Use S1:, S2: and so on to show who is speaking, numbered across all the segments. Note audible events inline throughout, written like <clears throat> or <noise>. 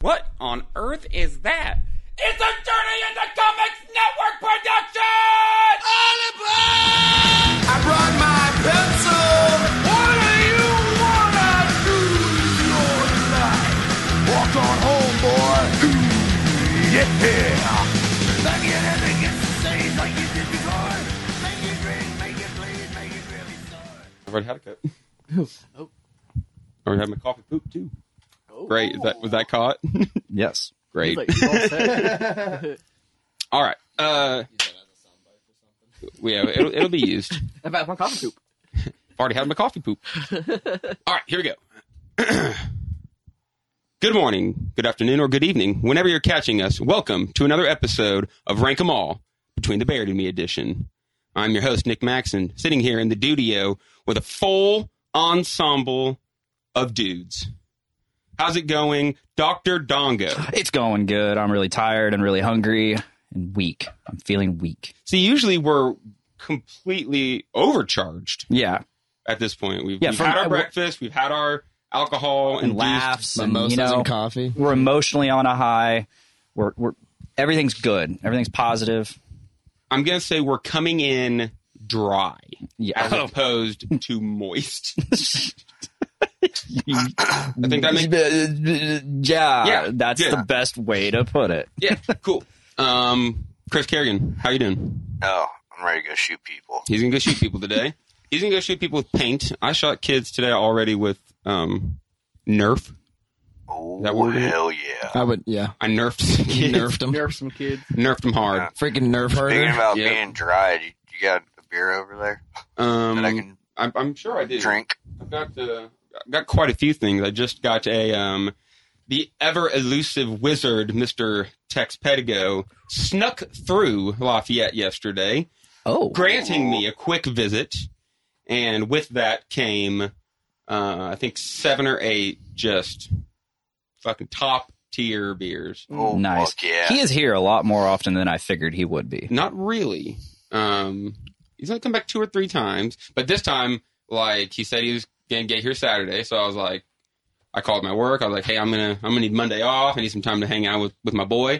S1: What on earth is that? It's a Journey into Comics Network production!
S2: I brought my pencil. What do you wanna do with your life? Walk on home, boy. Yeah. Back in and make it safe like you did before. Make it green, make it bleed, make it really sore.
S1: I've already had a cup. I already had my coffee poop too. Great. Is that was that caught?
S3: Yes.
S1: Great.
S4: Like, well said.
S1: All right. Uh, yeah, it'll, it'll be
S4: <laughs>
S1: used.
S4: About my coffee coop.
S1: <laughs> Already had my coffee
S4: <laughs>
S1: poop. All right, here we go. <clears throat> good morning, good afternoon, or good evening. Whenever you're catching us, welcome to another episode of Rank 'em All Between the Baird and Me edition. I'm your host, Nick Maxon, sitting here in the studio with a full ensemble of dudes. How's it going, Dr. Dongo?
S3: It's going good. I'm really tired and really hungry and weak. I'm feeling weak.
S1: See, usually we're completely overcharged
S3: Yeah.
S1: at this point. We've,
S3: Yeah,
S1: we've
S3: from-
S1: had our breakfast, we've had our alcohol and
S3: And laughs and,
S5: mimosas
S3: you know,
S5: and coffee.
S3: we're emotionally on a high. We're we're everything's good. Everything's positive.
S1: I'm gonna say we're coming in dry
S3: Yeah.
S1: as
S3: <laughs>
S1: opposed to moist. I think that
S3: <laughs>
S1: makes
S3: yeah,
S1: Yeah,
S3: that's
S1: yeah.
S3: the best way to put it.
S1: yeah cool. Um, Chris Kerrigan, how you doing?
S6: Oh, I'm ready to go shoot people.
S1: He's gonna go shoot people today. He's gonna go shoot people with paint. I shot kids today already with um Nerf.
S6: Oh,
S1: That work?
S6: hell yeah.
S5: I would, yeah.
S1: I nerfed some
S5: You
S1: kids.
S5: nerfed him.
S4: Nerf some kids.
S1: Nerfed them hard.
S5: Freaking nerf
S6: Thinking
S5: herder.
S6: about
S1: Yeah.
S6: being dried, you, you got a beer over there
S1: Um,
S6: that I can
S1: I'm, I'm sure I did.
S6: drink?
S1: I've got the I've got quite a few things. I just got a um the ever elusive wizard Mr. Tex Pedigo snuck through Lafayette yesterday,
S3: Oh.
S1: granting me a quick visit, and with that came uh, I think seven or eight just fucking top tier beers.
S6: Oh,
S3: Nice.
S6: fuck yeah.
S3: He is here a lot more often than I figured he would be.
S1: Not really. Um, he's only come back two or three times, but this time, like he said, he was gonna get here Saturday. So I was like, I called my work. I was like, hey, I'm gonna I'm gonna need Monday off. I need some time to hang out with with my boy.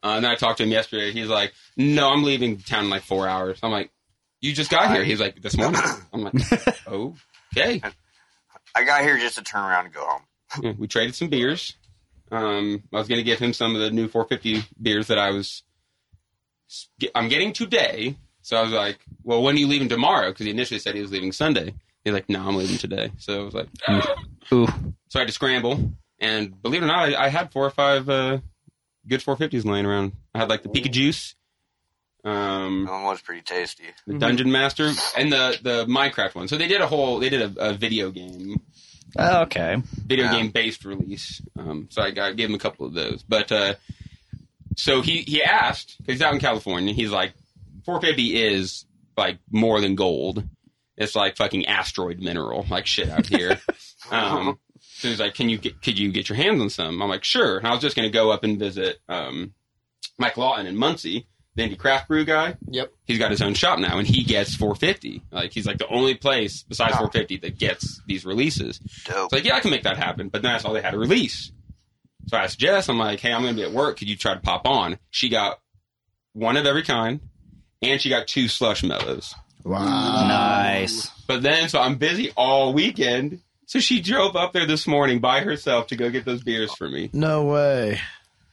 S1: Uh, and then I talked to him yesterday. He's like, no, I'm leaving town in like four hours. I'm like, you just got here. He's like, this morning. I'm like, okay.
S6: I got here just to turn around and go home.
S1: Yeah, we traded some beers. Um, I was going to give him some of the new 450 beers that I was I'm getting today. So I was like, "Well, when are you leaving tomorrow?" Because he initially said he was leaving Sunday. He's like, "No, I'm leaving today." So I was like,
S3: Ooh.
S1: so I had to scramble. And believe it or not, I, I had four or five uh, good 450s laying around. I had like the Pika Juice, um,
S6: That one was pretty tasty.
S1: the Dungeon Master, and the the Minecraft one. So they did a whole they did a, a video game
S3: Oh, Okay.
S1: video
S6: Yeah.
S1: game based release. Um, so I, I gave him a couple of those. But uh, so he he asked 'cause he's out in California. He's like, 450 is like more than gold. It's like fucking asteroid mineral, like shit out
S6: <laughs>
S1: here. um, so he's like, can you get could you get your hands on some? I'm like, sure. And I was just gonna go up and visit um, Mike Lawton in Muncie, the indie craft brew guy.
S5: Yep.
S1: He's got his own shop now, and he gets 450. Like he's like the only place besides
S6: Wow.
S1: 450 that gets these releases.
S6: Dope.
S1: It's like, yeah, I can make that happen. But then I saw they had a release. So I asked Jess, I'm like, hey, I'm going to be at work. Could you try to pop on? She got one of every kind, and she got two slush mellows.
S5: Wow.
S3: nice.
S1: But then, so I'm busy all weekend. So she drove up there this morning by herself to go get those beers for me.
S5: No way.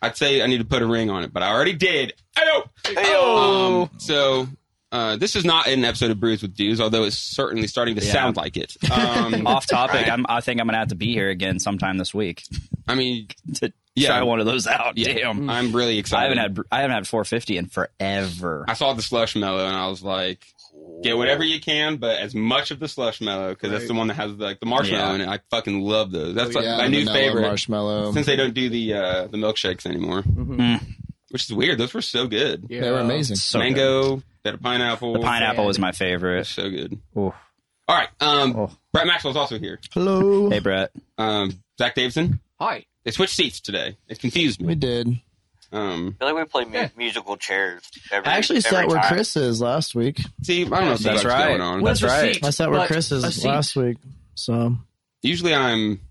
S1: I'd say I need to put a ring on it, but I already did. Ayo!
S6: Ayo!
S1: Um, so uh, this is not an episode of Brews with Dudes, although it's certainly starting to
S3: Yeah.
S1: sound like it. Um,
S5: <laughs>
S3: Off topic. I'm, I think I'm gonna have to be here again sometime this week
S1: I mean,
S3: to
S1: Yeah.
S3: try one of those out.
S1: Yeah.
S3: Damn.
S1: I'm really excited.
S3: I haven't had I haven't had 450 in forever.
S1: I saw the slush mellow and I was like, get whatever you can, but as much of the slush mellow because that's
S5: Right.
S1: the one that has like the marshmallow
S3: Yeah.
S1: in it. I fucking love those. That's like
S5: Oh, Yeah,
S1: my new
S5: vanilla
S1: favorite
S5: Marshmallow. Mm-hmm.
S1: since they don't do the uh, the milkshakes anymore, which is weird. Those were so good.
S4: Yeah.
S5: They were amazing.
S3: Mm. So good.
S1: Mango, they had a pineapple.
S3: The pineapple was my
S1: They're
S3: favorite.
S1: so good.
S3: Ooh.
S1: All right, um,
S3: Oh.
S1: Brett Maxwell's also here.
S5: Hello.
S3: Hey Brett.
S1: Um, Zach Davidson.
S4: Hi.
S1: They switched seats today. It confused
S5: We
S1: me.
S5: did.
S1: Um,
S6: I feel like we play mu-
S4: Yeah.
S6: musical chairs every
S5: I actually
S6: every
S5: sat where
S6: time.
S5: Chris is last week.
S1: see, I don't know if
S3: That's
S1: that's
S3: right.
S1: going on.
S3: That's
S4: With a
S3: right.
S4: seat,
S5: I sat where
S4: but
S5: Chris
S4: a
S5: is
S4: seat.
S5: last week. So
S1: Usually, I'm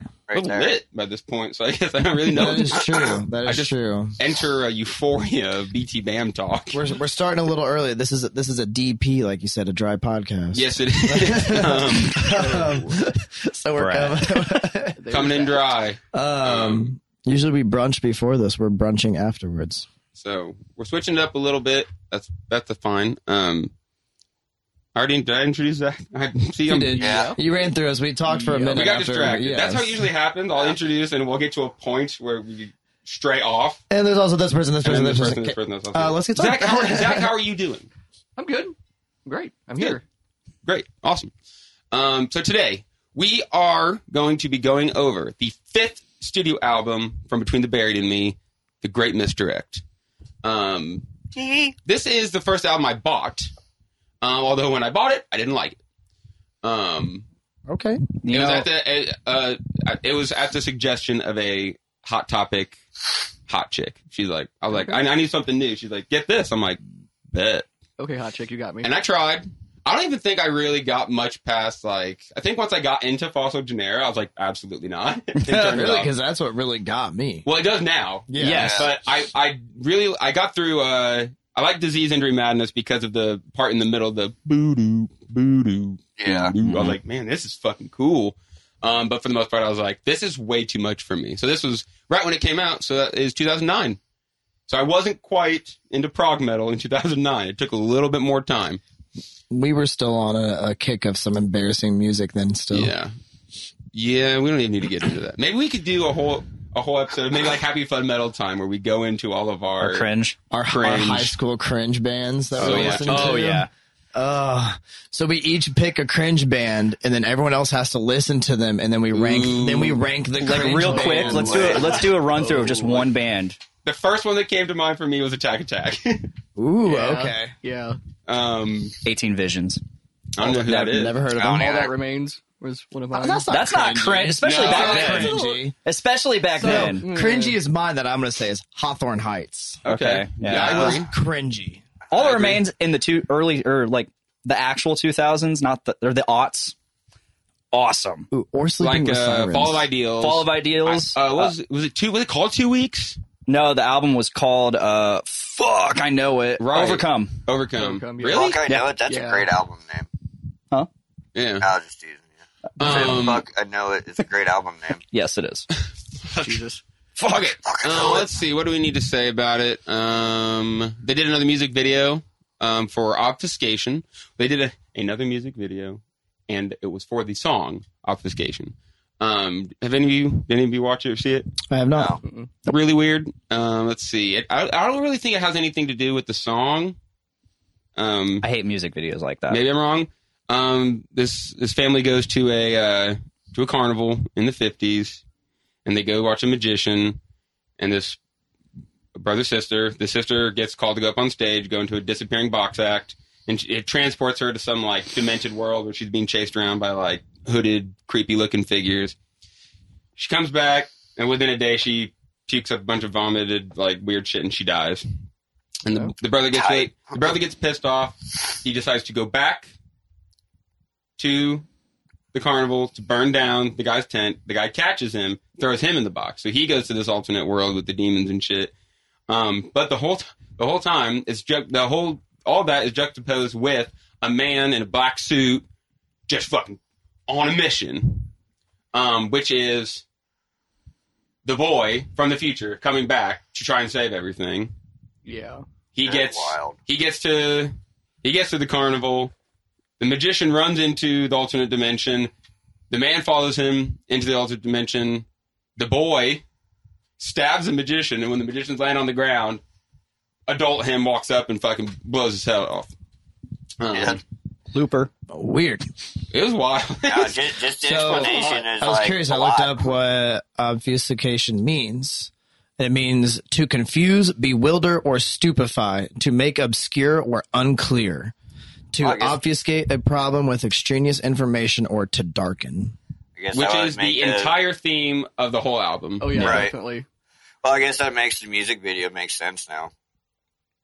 S1: a
S6: right
S1: little
S6: there.
S1: lit by this point, so I guess I don't really
S5: <laughs>
S1: know. <laughs>
S5: That is true. That
S1: I
S5: is
S1: just-
S5: true.
S1: Enter a euphoria of BT Bam talk.
S5: We're, we're starting a little early. This is a, this is a DP, like you said, a dry podcast.
S1: Yes, it
S5: <laughs>
S1: is. um,
S5: Um, <laughs> so we're
S3: Brad.
S1: <laughs>
S5: coming.
S1: coming in dry.
S5: Um, usually we brunch before this. We're brunching afterwards.
S1: So we're switching it up a little bit. That's that's a fine. Um, I already did I introduce that? <laughs> I see. I'm,
S6: Yeah.
S5: You ran through us. We talked for a
S3: Yeah.
S5: minute.
S1: we got
S5: after-
S1: distracted.
S5: yes.
S1: That's how it usually happens. I'll introduce and we'll get to a point where we stray off.
S5: And there's also this person, this
S1: And
S5: person,
S1: then
S5: this
S1: this
S5: person.
S1: person, this person, this person.
S5: Uh, let's get
S1: Zach, how,
S5: started.
S1: Zach,
S5: <laughs>
S1: how are you doing?
S4: I'm good. I'm great. I'm
S1: Good.
S4: here.
S1: Great. Awesome. Um, so today we are going to be going over the fifth studio album from Between the Buried and Me, The Great Misdirect. Um, this is the first album I bought. Uh, although when I bought it, I didn't like it. Um,
S5: Okay.
S3: You
S1: it was
S3: know,
S1: at the uh, uh, it was at the suggestion of a hot topic hot chick. She's like, I was like, I, I need something new. She's like, get this. I'm like, bet.
S4: Okay, hot chick, you got me.
S1: And I tried. I don't even think I really got much past like. I think once I got into Fossil Genera, I was like, absolutely not. <laughs> And turned it
S5: really?
S1: off.
S5: Because that's what really got me.
S1: well, it does now.
S5: Yeah.
S3: Yes.
S1: But I, I really, I got through. uh I like Disease, Injury, Madness because of the part in the middle, the boo doo, boo doo.
S6: Yeah.
S1: I was like, man, this is fucking cool. Um, but for the most part, I was like, this is way too much for me. So this was right when it came out. So that is 2009. So I wasn't quite into prog metal in 2009. It took a little bit more time.
S5: We were still on a, a kick of some embarrassing music then. Still,
S1: Yeah. Yeah, we don't even need to get into that. Maybe we could do a whole a whole episode, maybe like Happy Fun Metal Time, where we go into all of our,
S3: or cringe.
S5: our, our
S1: Cringe.
S5: high school cringe bands that
S1: Oh,
S5: we
S1: yeah.
S5: listened to.
S3: Oh yeah.
S5: Uh, so we each pick a cringe band, and then everyone else has to listen to them, and then we rank.
S1: Ooh.
S5: Then we rank the
S3: Like
S5: cringe
S3: real quick,
S5: bands.
S3: let's do a, let's do a run through of just one band.
S1: The first one that came to mind for me was Attack Attack. <laughs>
S5: Ooh,
S4: Yeah.
S5: okay.
S4: Yeah.
S1: um,
S3: Eighteen Visions.
S1: I don't know who that
S5: Never,
S1: is.
S5: never heard of
S6: I don't
S5: them.
S4: All
S6: Yeah.
S4: that remains was one of mine.
S5: Oh, That's not
S3: That's not cringe, especially
S1: No,
S3: back
S1: that's
S3: then.
S1: cringe.
S5: cringy.
S3: Especially back
S4: So-
S3: then.
S4: Mm.
S5: Cringy is mine that I'm going to say is Hawthorne Heights.
S1: Okay.
S3: Okay. Yeah.
S1: Yeah, I
S5: That was
S1: agree.
S5: cringy.
S3: All
S1: I
S3: that
S1: agree.
S3: remains in the two early or like the actual 2000s, not the or the aughts. Awesome.
S5: Ooh, or sleeping
S1: Like
S5: with
S1: uh,
S5: sirens.
S1: Fall of Ideals.
S3: Fall of Ideals.
S1: I- uh, what was, it- was it two? Was it called Two Weeks?
S3: No, the album was called uh fuck, I know it.
S1: Right.
S3: Overcome.
S1: Overcome.
S4: Overcome, yeah.
S1: Really?
S6: Fuck, I know it. That's
S4: Yeah.
S6: a great album name.
S1: Yeah.
S6: I'll just teasing you.
S1: Um,
S6: Fuck, I know it. It's a great album name.
S3: Yes, it is.
S4: Jesus.
S1: Fuck it.
S6: Fuck, I
S1: Uh,
S6: know it.
S1: let's see. What do we need to say about it? Um, they did another music video um, for Obfuscation. They did a, another music video, and it was for the song Obfuscation. Um, have any of you, did any of you watch it or see it?
S5: I have not.
S1: Really weird. Um, let's see. It, I, I don't really think it has anything to do with the song. Um,
S3: I hate music videos like that.
S1: Maybe I'm wrong. Um, this this family goes to a uh, to a carnival in the fifties, and they go watch a magician. And this brother sister, the sister gets called to go up on stage, go into a disappearing box act, and she- it transports her to some like demented world where she's being chased around by like hooded, creepy looking figures. She comes back, and within a day, she pukes up a bunch of vomited like weird shit, and she dies. And the, the brother gets
S6: Tight.
S1: the brother gets pissed off. He decides to go back to the carnival to burn down the guy's tent. The guy catches him, throws him in the box. So he goes to this alternate world with the demons and shit. Um, but the whole t- the whole time it's ju- the whole all that is juxtaposed with a man in a black suit just fucking on a mission, um, which is the boy from the future coming back to try and save everything.
S4: Yeah.
S1: He
S6: That's
S1: gets
S6: wild.
S1: he gets to he gets to the carnival. The magician runs into the alternate dimension. The man follows him into the alternate dimension. The boy stabs the magician, and when the magician's laying on the ground, adult him walks up and fucking blows his head off. Um,
S6: Yeah.
S3: Looper.
S5: Weird.
S1: It was wild.
S6: <laughs> No, just, just the
S5: So,
S6: explanation is
S5: I was
S6: like
S5: curious.
S6: a
S5: I looked
S6: lot.
S5: up what obfuscation means. It means to confuse, bewilder, or stupefy, to make obscure or unclear, to
S6: Well, I guess-
S5: obfuscate a problem with extraneous information, or to darken.
S6: I guess
S1: which
S6: that would
S1: is
S6: make
S1: the entire theme of the whole album.
S4: Oh yeah,
S6: Right.
S4: definitely.
S6: Well, I guess that makes the music video make sense now.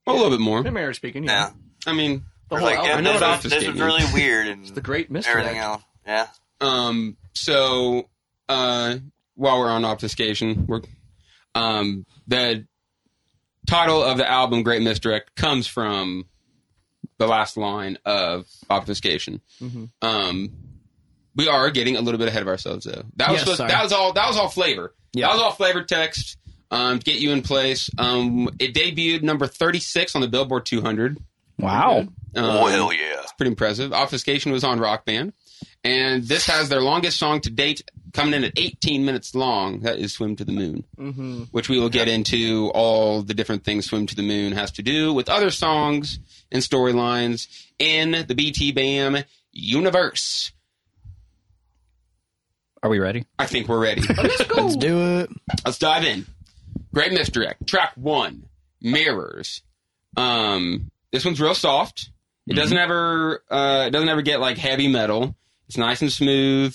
S1: a little bit more.
S4: In a manner of speaking,
S6: Yeah.
S4: yeah.
S1: I mean,
S4: The
S6: We're
S4: whole
S6: like, yeah,
S4: album.
S1: I know
S6: this,
S1: what
S6: is, this
S1: obfuscating
S6: is
S1: is.
S6: really weird and
S4: the great mystery.
S6: everything else. Yeah.
S1: um, so Um, uh, while we're on obfuscation, we're um, the title of the album "Great Misdirect" comes from the last line of obfuscation.
S4: Mm-hmm.
S1: Um, we are getting a little bit ahead of ourselves, though. That was
S5: Yes,
S1: supposed-
S5: sorry.
S1: that was all that was all flavor.
S5: Yeah.
S1: That was all flavor text um, to get you in place. Um, it debuted number thirty six on the Billboard 200.
S3: Wow.
S1: Um,
S6: oh hell yeah!
S1: pretty impressive. Obfuscation was on Rock Band. And this has their longest song to date, coming in at 18 minutes long. That is Swim to the Moon,
S5: <laughs>
S4: Mm-hmm.
S1: which we will get into all the different things Swim to the Moon has to do with other songs and storylines in the BT BAM universe.
S3: Are we ready?
S1: I think we're ready.
S5: Let's
S4: Mm-hmm.
S5: do it.
S1: Let's dive in. Great misdirect. Track one, mirrors. Um, this one's real soft. It
S3: Mm-hmm.
S1: doesn't ever, uh, it doesn't ever get like heavy metal. It's nice and smooth.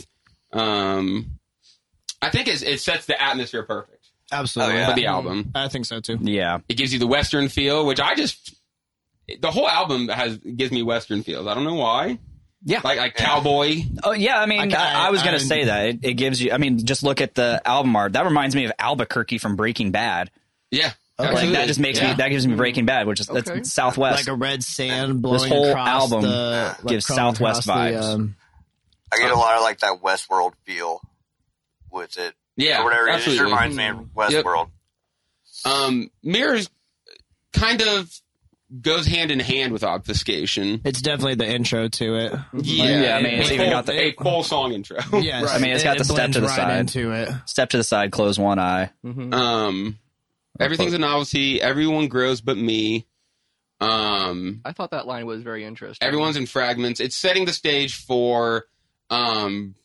S1: Um, I think it's, it sets the atmosphere perfect
S5: Absolutely.
S6: Oh, yeah.
S1: for the album.
S5: I think so too.
S3: Yeah.
S1: It gives you the western feel, which I just, the whole album has gives me western feels. I don't know why.
S3: Yeah.
S1: like like cowboy.
S3: Oh yeah, I mean,
S5: I- I-
S3: I, I was gonna
S5: I-
S3: say that it, it gives you. I mean, just look at the album art. That reminds me of Albuquerque from Breaking Bad.
S1: Yeah,
S3: Like
S1: absolutely.
S3: that just makes
S1: Yeah. Mm-hmm.
S3: me. That gives me Breaking Bad, which is
S4: Okay.
S3: that's Southwest.
S5: Like a red sand blowing
S3: whole
S5: across
S3: album
S5: the, like,
S3: gives
S5: crawling
S3: Southwest
S5: across the,
S3: vibes.
S5: um,
S6: I get a lot of like that Westworld feel with it.
S1: yeah,
S6: or whatever. It
S1: absolutely.
S6: just reminds me of Westworld.
S1: Um, mirrors kind of goes hand in hand with obfuscation.
S5: it's definitely the intro to it.
S3: Yeah, I mean, it's
S1: a
S3: even
S1: full,
S3: got the-
S1: a full
S3: <laughs>
S1: song intro.
S5: Yes,
S3: I mean, it's
S5: it-
S3: got
S5: it
S3: the step
S5: blends
S3: to the
S5: right
S3: side.
S5: into it.
S3: Step to the side, close one eye.
S4: Mm-hmm.
S1: Um, everything's a novelty. Everyone grows but me. Um,
S4: I thought that line was very interesting.
S1: everyone's in fragments. It's setting the stage for, um,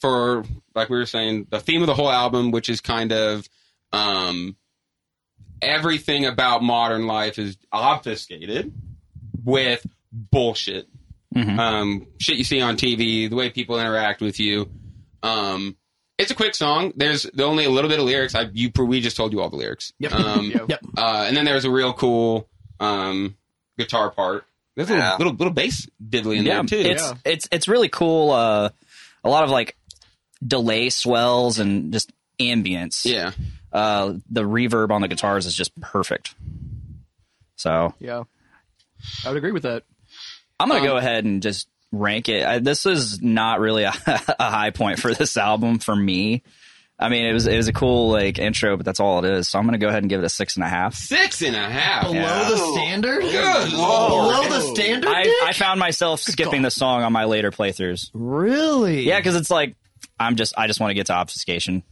S1: for like we were saying, the theme of the whole album, which is kind of, um, everything about modern life is obfuscated with bullshit.
S3: Mhm.
S1: um, shit you see on TV, the way people interact with you. Um, it's a quick song. There's only a little bit of lyrics. I you we just told you all the lyrics.
S5: Yep.
S1: Um,
S4: Yep.
S5: Yep.
S1: Uh, and then there's a real cool um, guitar part. There's a little,
S6: Yeah.
S1: little little bass diddly in
S3: yeah,
S1: there too.
S3: it's it's it's really cool. Uh, a lot of like delay swells and just ambience.
S1: yeah.
S3: Uh, the reverb on the guitars is just perfect. So
S4: Yeah, I would agree with that.
S3: I'm gonna go
S5: Um,
S3: ahead and just rank it. I, this is not really a, <laughs> a high point for this album for me. I mean, it was it was a cool like intro, but that's all it is. So I'm gonna go ahead and give it a six and a half.
S1: Six and a half.
S5: Below
S3: Yeah.
S5: the standard.
S1: Good
S5: Below
S1: lord.
S5: the standard.
S3: I,
S5: Dick?
S3: I found myself skipping the song on my later playthroughs.
S5: really?
S3: Yeah, because it's like I'm just I just want to get to obfuscation.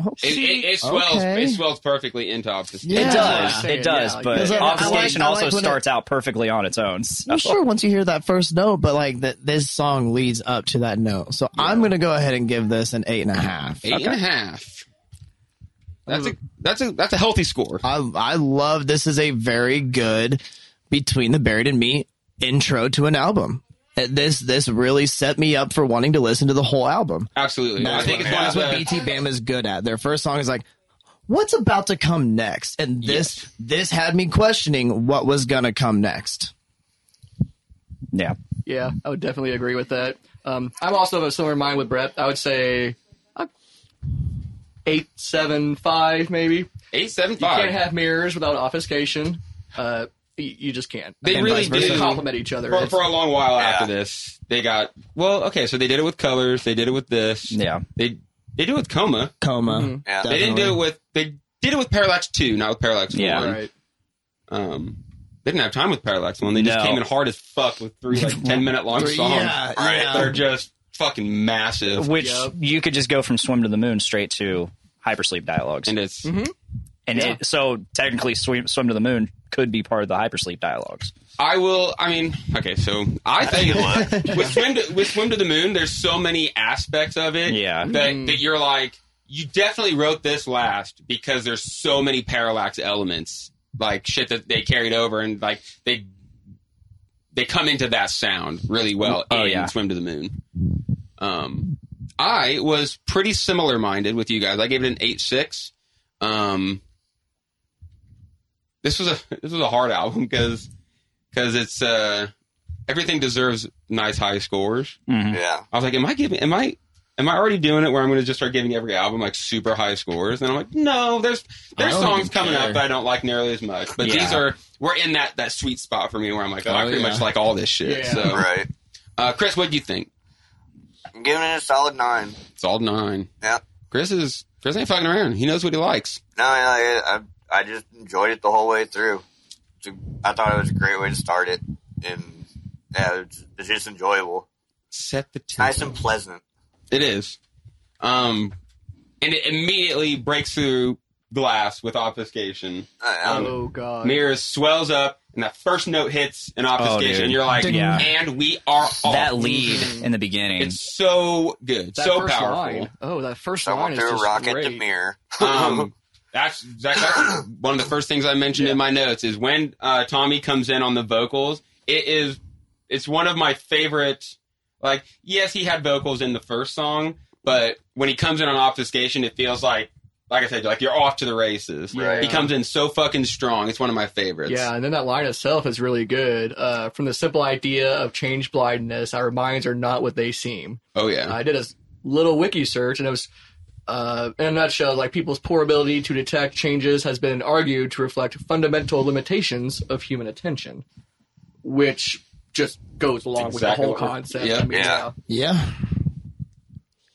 S5: Oh,
S1: It,
S5: see,
S1: it, it swells.
S5: okay.
S1: It swells perfectly into obfuscation.
S5: Yeah.
S3: It does,
S4: Yeah.
S3: it does,
S4: Yeah,
S3: but
S5: yeah. 'Cause I- I like-
S3: obfuscation
S5: I like
S3: also
S5: when it-
S3: starts out perfectly on its own. So.
S5: Well, sure. Once you hear that first note, but like that, this song leads up to that note. So I'm gonna go ahead and give this an eight and a half.
S1: Eight and a half. That's a that's a that's a healthy score.
S5: I I love this is a very good between the buried and me intro to an album. Uh, This this really set me up for wanting to listen to the whole album.
S1: Absolutely. I think it's one of
S5: That's what
S1: the-
S5: BT Bam is good at. Their first song is like, "What's about to come next?" And this this had me questioning what was gonna come next.
S3: Yeah.
S4: Yeah, I would definitely agree with that. Um, I'm also of a similar mind with Brett. I would say uh, eight, seven, five, maybe.
S1: Eight seven
S4: You
S1: five.
S4: can't have mirrors without obfuscation. Uh, y- you just can't.
S1: They
S4: And
S1: really
S4: vice versa.
S1: do.
S4: complement each other.
S1: for, for a long while
S6: Yeah.
S1: after this, they got well. Okay, so they did it with colors. They did it with this.
S3: Yeah.
S1: They they did it with coma.
S5: Coma.
S6: Yeah.
S1: They didn't do it with they did it with parallax two, not with parallax
S3: Yeah.
S1: one.
S4: right.
S1: Um, they didn't have time with parallax one. They
S3: No.
S1: just came in hard as fuck with three
S3: <laughs>
S1: like ten minute long
S5: Three-
S1: songs.
S5: yeah,
S1: right,
S5: yeah.
S1: they're just fucking massive,
S3: Which
S4: Yep.
S3: you could just go from swim to the moon straight to hypersleep dialogues.
S1: and it's
S3: And it, so technically, swim, swim to the moon could be part of the hypersleep dialogues.
S1: I will. I mean, okay. So I think <laughs> with swim to, with swim to the moon, there's so many aspects of it.
S3: Yeah.
S1: that, that you're like, you definitely wrote this last because there's so many parallax elements, like shit that they carried over and like they they come into that sound really well
S3: Oh,
S1: in
S3: yeah.
S1: swim to the moon. Um, I was pretty similar minded with you guys. I gave it an eight six. Um, this was a <laughs> this was a hard album because because it's uh everything deserves nice high scores.
S6: Yeah.
S3: Mm-hmm.
S1: I was like, am I giving am I Am I already doing it where I'm going to just start giving every album like super high scores? And I'm like, no, there's there's
S5: I don't
S1: songs
S5: even
S1: coming
S5: care.
S1: up that I don't like nearly as much, but
S3: Yeah.
S1: these are we're in that that sweet spot for me where I'm like, oh, I
S5: Oh,
S1: pretty
S5: yeah.
S1: much like all this shit.
S4: Yeah.
S1: So,
S6: Right.
S1: uh, Chris, what do you think?
S6: I'm giving it a solid nine.
S1: It's all nine.
S6: Yeah.
S1: Chris is Chris ain't fucking around. He knows what he likes.
S6: No, I, I I just enjoyed it the whole way through. It's a- I thought it was a great way to start it, and yeah, it's, it's just enjoyable,
S1: Set the tone.
S6: nice and pleasant.
S1: It is. Um, and it immediately breaks through glass with obfuscation.
S6: I, I don't know.
S4: Oh god.
S1: Mirrors swells up, and that first note hits an obfuscation.
S3: Oh, dude.
S1: and you're like,
S3: Yeah.
S1: and we are off.
S3: that lead in the beginning.
S1: Oh. Mm-hmm. It's so good,
S4: That
S1: so
S4: first
S1: powerful.
S4: line. Oh, that first
S6: Someone
S4: line is
S6: threw a
S4: just
S6: rock at
S4: great.
S6: the mirror.
S3: <laughs>
S1: Um, that's that's <coughs> actually one of the first things I mentioned in my notes is when uh, Tommy comes in on the vocals. It is it's one of my favorite. Like, yes, he had vocals in the first song, but when he comes in on obfuscation, it feels like, like I said, like you're off to the races.
S4: Right.
S1: He comes in so fucking strong. It's one of my favorites.
S4: Yeah, and then that line itself is really good. Uh, from the simple idea of change blindness, our minds are not what they seem.
S1: Oh yeah.
S4: I did a s- little wiki search, and it was, uh, in a nutshell, like people's poor ability to detect changes has been argued to reflect fundamental limitations of human attention, which just goes along
S1: Exactly
S4: with
S1: what
S4: the whole
S1: we're-
S4: concept.
S1: Yeah.
S4: I mean,
S6: Yeah.
S4: <laughs> yeah.
S5: Yeah.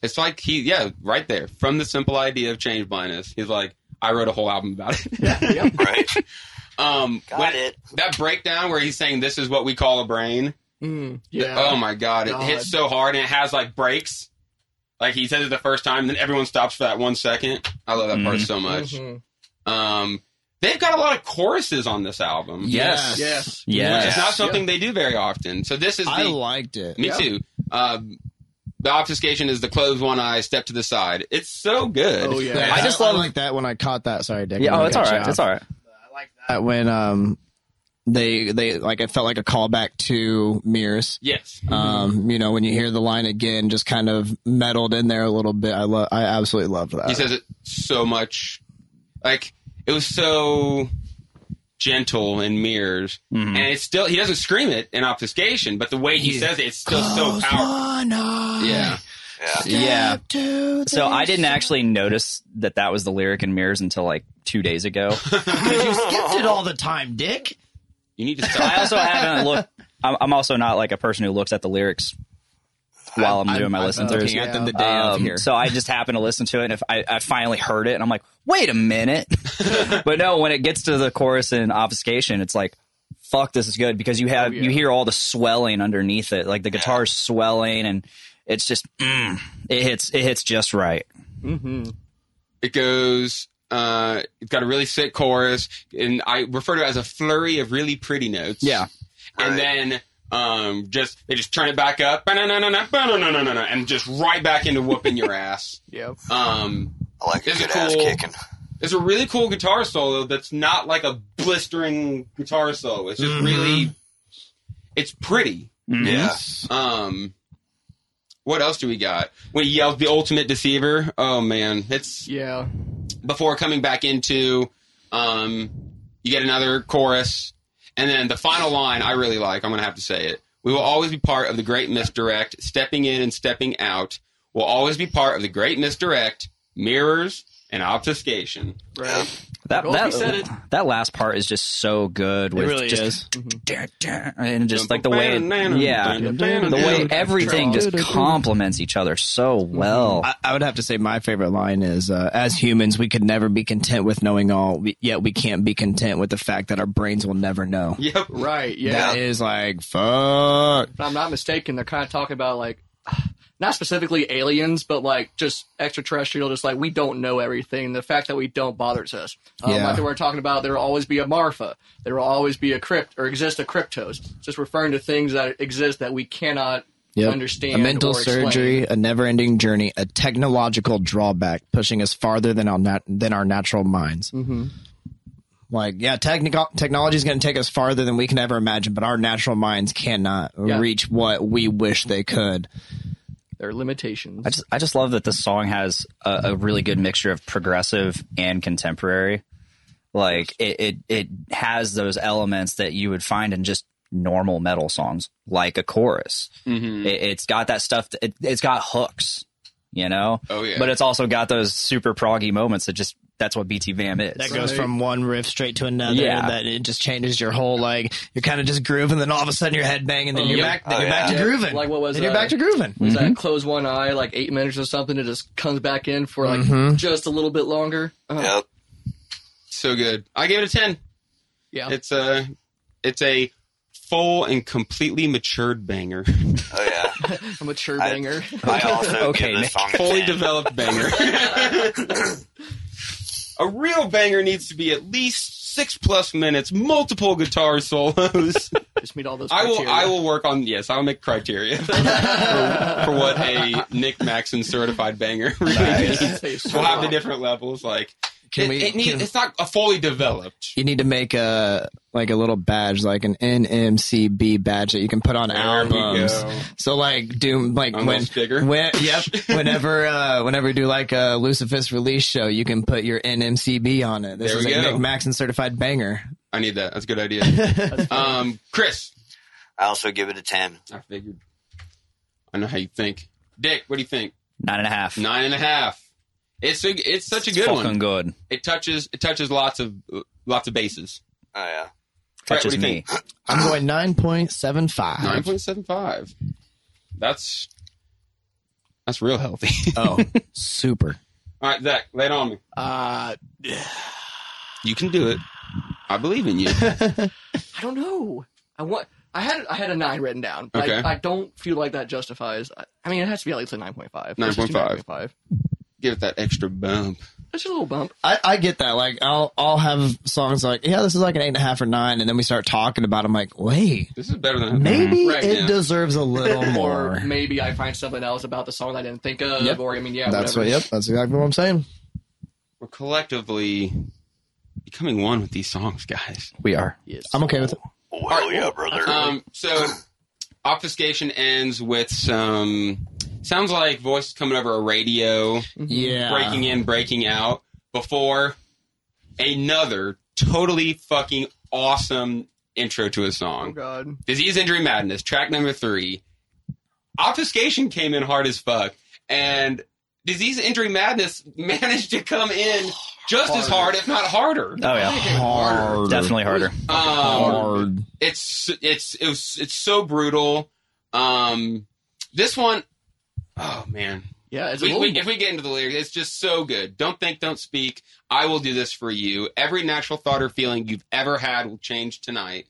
S1: It's like he, yeah, right there from the simple idea of change blindness. He's like, I wrote a whole album about
S6: <laughs>
S1: it.
S4: Yep.
S6: Right.
S1: um,
S6: Got
S1: when-
S6: it.
S1: That breakdown where he's saying this is what we call a brain.
S4: Mm, yeah.
S1: Oh my god, it
S4: God.
S1: hits so hard and it has like breaks. Like he says it the first time, then everyone stops for that one second. I love that part so much.
S4: Mhm.
S1: Um, they've got a lot of choruses on this album.
S3: yes.
S4: Yes.
S1: which
S3: Yes.
S1: is not something they do very often. So this is
S5: I
S1: the,
S5: liked it.
S1: me
S4: yeah.
S1: too. Um, the obfuscation is the closed one eye, step to the side. It's so good.
S4: Oh, yeah.
S5: I just love
S3: I
S5: like that when I caught that. Sorry, Dick.
S3: Yeah, oh, it's all right. It's all right.
S5: right. When um, they they like it felt like a callback to Mears.
S1: Yes.
S5: Um, you know when you hear the line again, just kind of meddled in there a little bit. I love. I absolutely loved that.
S1: he says it so much like it was so gentle in mirrors and it's still he doesn't scream it in obfuscation but the way he says it it's still so powerful yeah
S6: Yeah.
S3: Yeah.
S5: Dude,
S3: So I didn't actually notice that that was the lyric in Mirrors until like two days ago.
S5: you skipped it all the time, Dick.
S1: you need to
S3: I <laughs>
S1: stop
S3: also haven't looked. I'm, I'm also not like a person who looks at the lyrics while I'm, doing my listen
S5: looking
S3: throughs.
S5: at them the day of
S3: Um,
S5: here.
S3: so I just happened to listen to it, and if I, I finally heard it, and I'm like, wait a minute. <laughs> but no, when it gets to the chorus in obfuscation, it's like, fuck, this is good because you
S5: Oh,
S3: have you hear all the swelling underneath it, like the guitar's swelling, and it's just mm, it hits it hits just right.
S4: Mm-hmm.
S1: it goes uh it's got a really sick chorus and i refer to it as a flurry of really pretty notes
S3: Yeah.
S1: and
S6: Right.
S1: then um just they just turn it back up ba-na-na-na-na, ba-na-na-na-na, and just right back into whooping your ass
S4: Yep.
S1: um
S6: I like a
S1: It's a
S6: good ass
S1: cool-
S6: kicking.
S1: It's a really cool guitar solo that's not like a blistering guitar solo. It's just really it's pretty.
S3: Mm-hmm.
S6: Yeah.
S1: Um what else do we got? When he yells the ultimate deceiver. Oh man. It's
S4: Yeah.
S1: before coming back into um you get another chorus. And then the final line I really like, I'm gonna have to say it. We will always be part of the great misdirect, stepping in and stepping out. We'll always be part of the great misdirect, mirrors, and obfuscation.
S4: Right.
S3: That
S4: Well,
S3: that,
S4: he said it.
S3: that last part is just so good. With
S5: really
S3: just,
S5: is.
S3: dun, dun, and just like the way, yeah, the way everything just complements each other so
S1: Mm-hmm.
S3: well.
S5: I, I would have to say my favorite line is uh, as humans we could never be content with knowing all yet we can't be content with the fact that our brains will never know
S1: Yep.
S4: Right. Yeah.
S5: that is like fuck
S4: if I'm not mistaken, they're kind of talking about like <sighs> not specifically aliens, but like just extraterrestrial. Just like we don't know everything. The fact that we don't bothers us. Um,
S5: Yeah.
S4: Like they were talking about, there will always be a Marfa. There will always be a crypt or exist a cryptos. Just referring to things that exist that we cannot
S5: Yep.
S4: understand.
S5: a mental
S4: or explain.
S5: surgery a never-ending journey a technological drawback pushing us farther than our nat- than our natural minds
S4: Mm-hmm.
S5: like yeah technical technology is going to take us farther than we can ever imagine but our natural minds cannot
S4: Yeah.
S5: reach what we wish they could
S4: Their limitations.
S3: I just I just love that this song has a, a really good mixture of progressive and contemporary. Like it, it it has those elements that you would find in just normal
S1: Mm-hmm.
S3: Mm-hmm. metal songs, like a chorus. It, has got that stuff. It, it's got hooks. you know?
S1: Oh, yeah.
S3: But uh, it's also got those super proggy moments that just, that's what BT Vam is.
S5: That goes from one riff straight to another.
S3: Yeah.
S5: and that it just changes your whole like you're kind of just grooving, then all of a sudden you're head banging, then
S4: Oh,
S5: you're
S4: yeah.
S5: back, then
S6: Oh,
S3: Uh,
S5: you're back
S6: yeah.
S5: to grooving.
S4: Like what was,
S5: Then you're
S4: uh,
S5: back to grooving.
S3: Mm-hmm.
S4: Was that close one eye like eight minutes or something? It just comes back in for like
S5: Mhm.
S4: just a little bit longer. Oh,
S6: Yep.
S1: So good. I give it a ten.
S4: yeah.
S3: Oh.
S1: It's a it's a full and completely matured
S3: <laughs>
S1: banger,
S6: Oh yeah.
S4: <laughs> a mature
S6: I-
S4: banger. <laughs>
S6: I also
S3: Okay,
S6: give
S3: Nick.
S6: this song a
S1: fully
S6: 10.
S1: developed
S3: <laughs>
S1: banger. a real banger needs to be at least six plus minutes, multiple guitar solos.
S3: <laughs>
S4: just meet all those.
S1: I will.
S4: criteria. <laughs>
S1: I will work on. Yes, I'll make criteria for, for what a Nick Maxon certified banger <laughs> really is.
S4: Say so
S1: We'll have the
S4: wrong.
S1: different levels. Like
S5: Can
S1: it,
S5: we-
S1: it need-
S5: can-
S1: it's not a fully developed.
S5: You need to make a like a little badge, like an NMCB badge that you can put on
S1: There we
S5: albums.
S1: go.
S5: So like Doom, like
S1: On
S5: when,
S1: those bigger?
S5: when
S1: <laughs>
S5: yep, whenever uh, whenever you do like a Lucifer's release show, you can put your NMCB on it. This
S1: There
S5: is
S1: we
S5: like
S1: go.
S5: Nick Maxon
S1: <sighs>
S5: certified banger.
S1: I need that. <laughs> That's a good idea. um, Chris,
S6: I also give it a ten.
S1: I figured. I know how you think. Dick, what do you think?
S3: Nine and a half.
S1: Nine and a half. It's a, it's such a
S3: It's
S1: good
S3: fucking
S1: one.
S3: good.
S1: It touches it touches lots of lots of bases.
S6: Oh yeah.
S1: Brett,
S3: Touches
S1: what do you
S3: me.
S1: think?
S5: I'm going nine point seven five.
S1: Nine point seven five. That's that's real healthy. <laughs>
S5: Oh, <laughs> super.
S1: All right, Zach, lay it on me.
S4: Uh,
S1: You can do it. I believe <laughs> in you.
S4: I don't know. I want. I had I had a nine written down. But
S1: Okay.
S4: I, I don't feel like that justifies. I, I mean, it has to be at least a nine point five.
S1: 9.5. Give it that extra bump.
S4: That's a little bump.
S5: I, I get that. Like, I'll I'll have songs like, yeah, this is like an eight and a half or nine, and then we start talking about. it. I'm like, wait,
S1: This is better than
S5: maybe
S1: Right,
S5: it
S1: yeah.
S5: deserves a
S4: <laughs>
S5: little
S4: Or
S5: more.
S4: maybe I find something else about the song that I didn't think of.
S5: Yep.
S4: Or I mean, yeah,
S5: That's what.
S4: whatever.
S5: Yep, that's exactly what I'm saying.
S1: We're collectively becoming one with these songs, guys.
S5: We are.
S4: Yes.
S5: I'm okay with it.
S6: Well, yeah, brother.
S1: Um, so obfuscation ends with some sounds like voices coming over a radio,
S5: Yeah.
S1: breaking in, breaking out before another totally fucking awesome intro to a
S4: Oh
S1: song.
S4: God.
S1: Disease Injury Madness, track number three. Obfuscation came in hard as fuck, and Disease Injury Madness <laughs> managed to come in just as hard, if not harder.
S3: Oh, yeah. Definitely harder.
S1: Um, it's it's it was it's so brutal. Um, this one, oh man,
S4: Yeah. It's a
S1: we,
S4: little,
S1: we, if we get into the lyrics, it's just so good. Don't think, don't speak. I will do this for you. Every natural thought or feeling you've ever had will change tonight.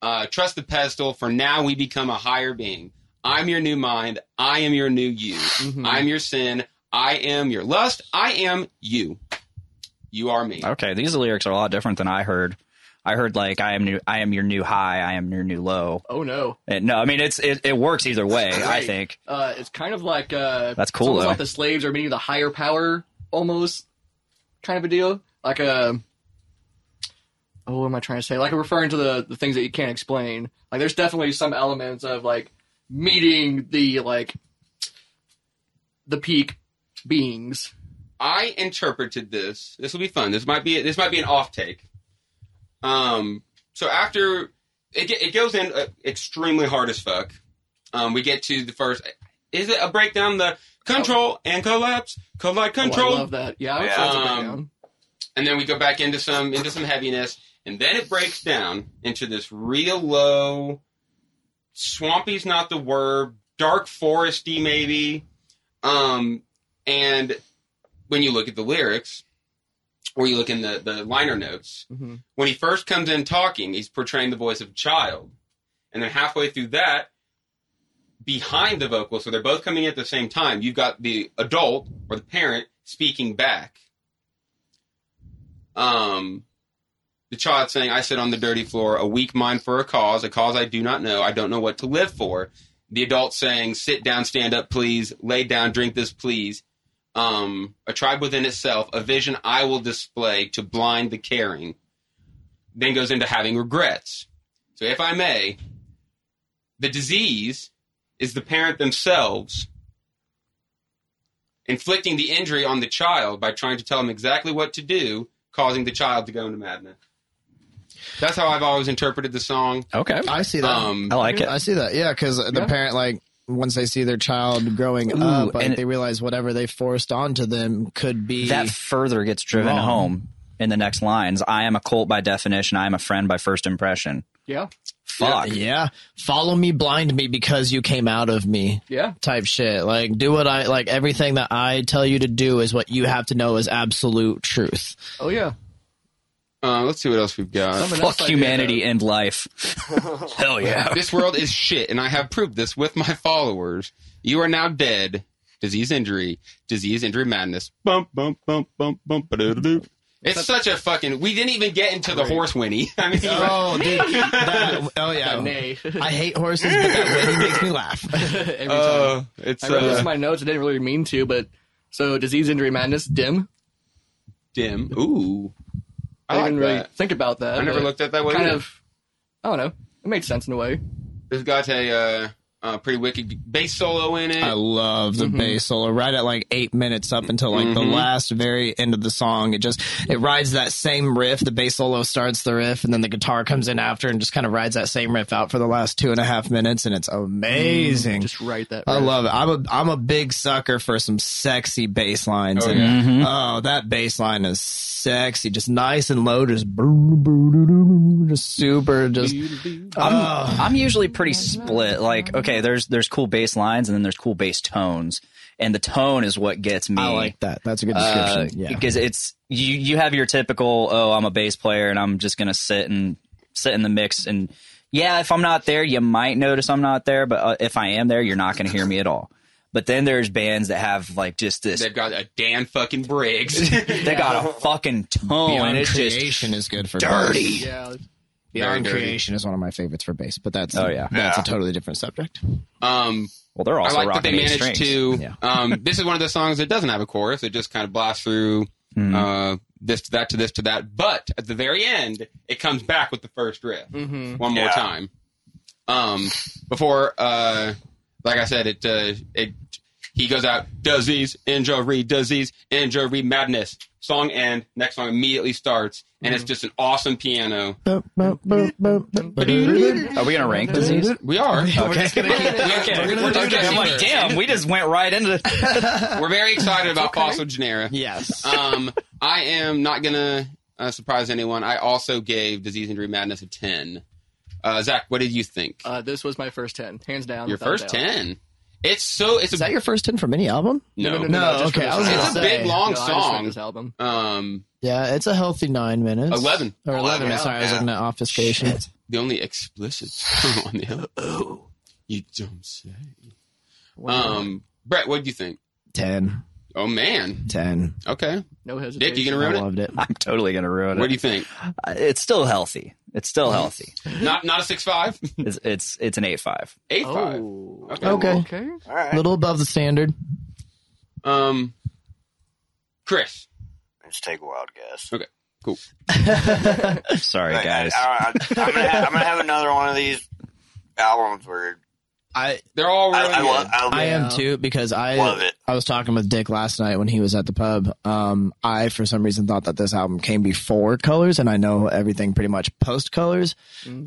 S1: Uh, trust the pedestal, for now we become a higher being. I'm your new mind. I am your new you.
S4: Mm-hmm. Hmm.
S1: I'm your sin. I am your lust. I am you. You are me.
S3: Okay, these lyrics are a lot different than I heard. I heard like I am new, I am your new high, I am your new low.
S4: oh no.
S3: And no, I mean it's it, it works either way. I
S4: Right.
S3: think
S4: Uh, it's kind of like uh,
S3: That's cool,
S4: It's almost
S3: though.
S4: like the slaves are meeting the higher power, almost kind of a deal. Like a oh, what am I trying to say? Like referring to the the things that you can't explain. Like there's definitely some elements of like meeting the like the peak beings.
S1: I interpreted this. This will be fun. This might be this might be an off take. Um. So after it, ge- it goes in uh, extremely hard as fuck. Um. We get to the first. Is it a breakdown? The control and collapse, collide
S4: Oh,
S1: control,
S4: I love that. Yeah, I would
S6: Yeah.
S4: say it's a
S1: Um,
S4: breakdown.
S1: and then we go back into some into some heaviness, and then it breaks down into this real low. Swampy's not the word. Dark foresty maybe. Um, and when you look at the lyrics, or you look in the the liner notes,
S4: Mhm.
S1: when he first comes in talking, he's portraying the voice of a child, and then halfway through that. Behind the vocal, so they're both coming in at the same time. You've got the adult or the parent speaking back, um, the child saying, I sit on the dirty floor, a weak mind for a cause, a cause I do not know. I don't know what to live for. The adult saying, sit down, stand up, please, lay down, drink this, please. Um, a tribe within itself, a vision I will display to blind the caring. Then goes into having regrets. So, if I may, the disease is the parent themselves inflicting the injury on the child by trying to tell him exactly what to do, causing the child to go into madness. That's how I've always interpreted the song.
S3: okay,
S5: I see that.
S1: Um,
S3: I like it.
S5: I see that. Yeah, because the
S4: Yeah.
S5: parent like once they see their child growing
S3: Ooh,
S5: up, like
S3: and-
S5: they realize whatever they forced onto them could be
S3: that further gets driven
S5: Wrong.
S3: home in the next lines. I am a cult by definition. I am a friend by first impression.
S4: Yeah.
S3: Fuck.
S5: yeah, follow me, blind me because you came out of me.
S4: Yeah.
S5: type shit. Like do what I like everything that I tell you to do is what you have to know is absolute truth.
S4: Oh yeah.
S1: Uh, let's see what else we've got.
S4: Something else I
S3: Fuck
S4: did,
S3: humanity and
S5: <laughs>
S3: life. Hell yeah.
S1: This world is shit, and I have proved this with my followers. You are now dead. Disease, injury, disease, injury, madness. Bump, bump, bump, bump, bump. ba-da-da-doo. It's such a fucking. We didn't even get into the horse whinny. <laughs> I mean,
S5: Oh dude, that, oh
S3: <laughs>
S4: though.
S5: yeah.
S4: Nay. <laughs>
S5: I hate horses, but that <laughs> really makes me laugh.
S4: Every time.
S1: uh, it's
S4: I wrote this
S1: uh,
S4: in my notes. I didn't really mean to, but so disease, injury, madness, dim.
S1: dim. Ooh,
S4: I,
S1: I like
S4: didn't
S1: that.
S4: really think about that.
S1: I never
S4: but
S1: looked at that way.
S4: Kind
S1: either.
S4: of. I don't know. It made sense in a way.
S1: It's got a, uh, uh pretty wicked bass solo in it.
S5: I love the bass solo right at like eight minutes up until like the last very end of the song. It just it rides that same riff. The bass solo starts the riff, and then the guitar comes in after and just kind of rides that same riff out for the last two and a half minutes, and it's amazing.
S4: Just write that.
S5: I
S4: riff.
S5: love it. I'm a I'm a big sucker for some sexy bass lines.
S1: Oh,
S5: and,
S1: yeah.
S5: oh that bass line is sexy, just nice and low, just brr, brr, doo, doo, doo, just super, just
S3: I'm,
S5: Oh.
S3: I'm usually pretty split. Like, okay, there's there's cool bass lines and then there's cool bass tones. And the tone is what gets me. Uh,
S5: I like that. That's a good description.
S3: because
S5: yeah.
S3: it's you you have your typical oh I'm a bass player and I'm just gonna sit and sit in the mix and yeah if I'm not there you might notice I'm not there but uh, if I am there you're not gonna hear me at all. But then there's bands that have like just this
S1: They've got a Dan fucking Briggs.
S3: they got a fucking tone
S5: Beyond
S3: and it's just
S5: Oh, creation is good for
S3: dirty.
S5: bass.
S4: Yeah.
S5: Beyond
S1: Very dirty.
S5: creation is one of my favorites for bass, but that's
S3: Oh, yeah.
S5: that's
S6: Yeah.
S5: a totally different subject.
S1: um,
S3: well they're also
S1: I like that
S3: rocking
S1: they
S3: eight
S1: managed
S3: strings.
S1: to.
S5: Yeah.
S1: Um, this is one of the songs that doesn't have a chorus. It just kind of blasts through
S3: Hmm.
S1: uh, this to that to this to that. But at the very end, it comes back with the first riff
S4: Mm-hmm.
S1: one more
S6: Yeah.
S1: time. Um, before, uh, like I said, it uh, it he goes out disease injury disease injury madness song end next song immediately starts and it's just an awesome piano.
S3: Are we gonna rank disease?
S1: We are okay. We're, just gonna <laughs> keep-
S3: Okay,
S1: we're just gonna
S3: I'm
S1: keep-
S3: like <laughs> damn we just went right into
S1: we're very excited about fossil genera.
S5: Yes.
S1: um, I am not gonna uh, surprise anyone. I also gave Disease Injury Madness a ten. Uh, Zach, what did you think?
S4: Uh, this was my first ten, hands down.
S1: Your
S4: without a
S1: first
S4: doubt.
S1: ten. It's so. It's
S5: Is
S1: a
S5: that your first ten from any album?
S1: no.
S5: No,
S4: just for
S5: okay,
S4: this
S5: I was
S4: album.
S5: gonna It's a
S1: say. big, long
S4: No, I just
S1: song.
S4: read This album.
S1: Um,
S5: Yeah, it's a healthy nine minutes.
S1: 11.
S5: or eleven.
S1: Yeah.
S5: sorry, I was
S1: Yeah.
S5: looking at obfuscation.
S1: the only explicit song on the album. Oh, you don't say. Um, Brett, what did you think?
S5: Ten.
S1: Oh man.
S5: Ten.
S1: Okay.
S4: No hesitation.
S1: Dick, you gonna
S5: I
S1: ruin it?
S5: loved it.
S3: <laughs> I'm totally gonna ruin
S1: What do you
S3: it. Uh,
S1: think?
S3: it's still healthy. It's still healthy.
S1: Not not a six five,
S3: It's it's, it's an eight five.
S1: eight five.
S4: Oh.
S1: Okay.
S5: Okay.
S4: Okay.
S6: All right.
S5: A little above the standard.
S1: Um, Chris.
S6: Just take a wild guess.
S1: Okay. Cool.
S3: Sorry
S6: Like, I-
S3: guys.
S6: I, don't- I, am gonna have, I'm gonna have another one of these albums where
S5: I
S1: They're all
S6: I,
S1: really
S6: I, love,
S1: good.
S6: I, love,
S5: I am too because I
S6: Love it.
S5: I was talking with Dick last night when he was at the pub. Um, I for some reason thought that this album came before Colors, and I know everything pretty much post Colors.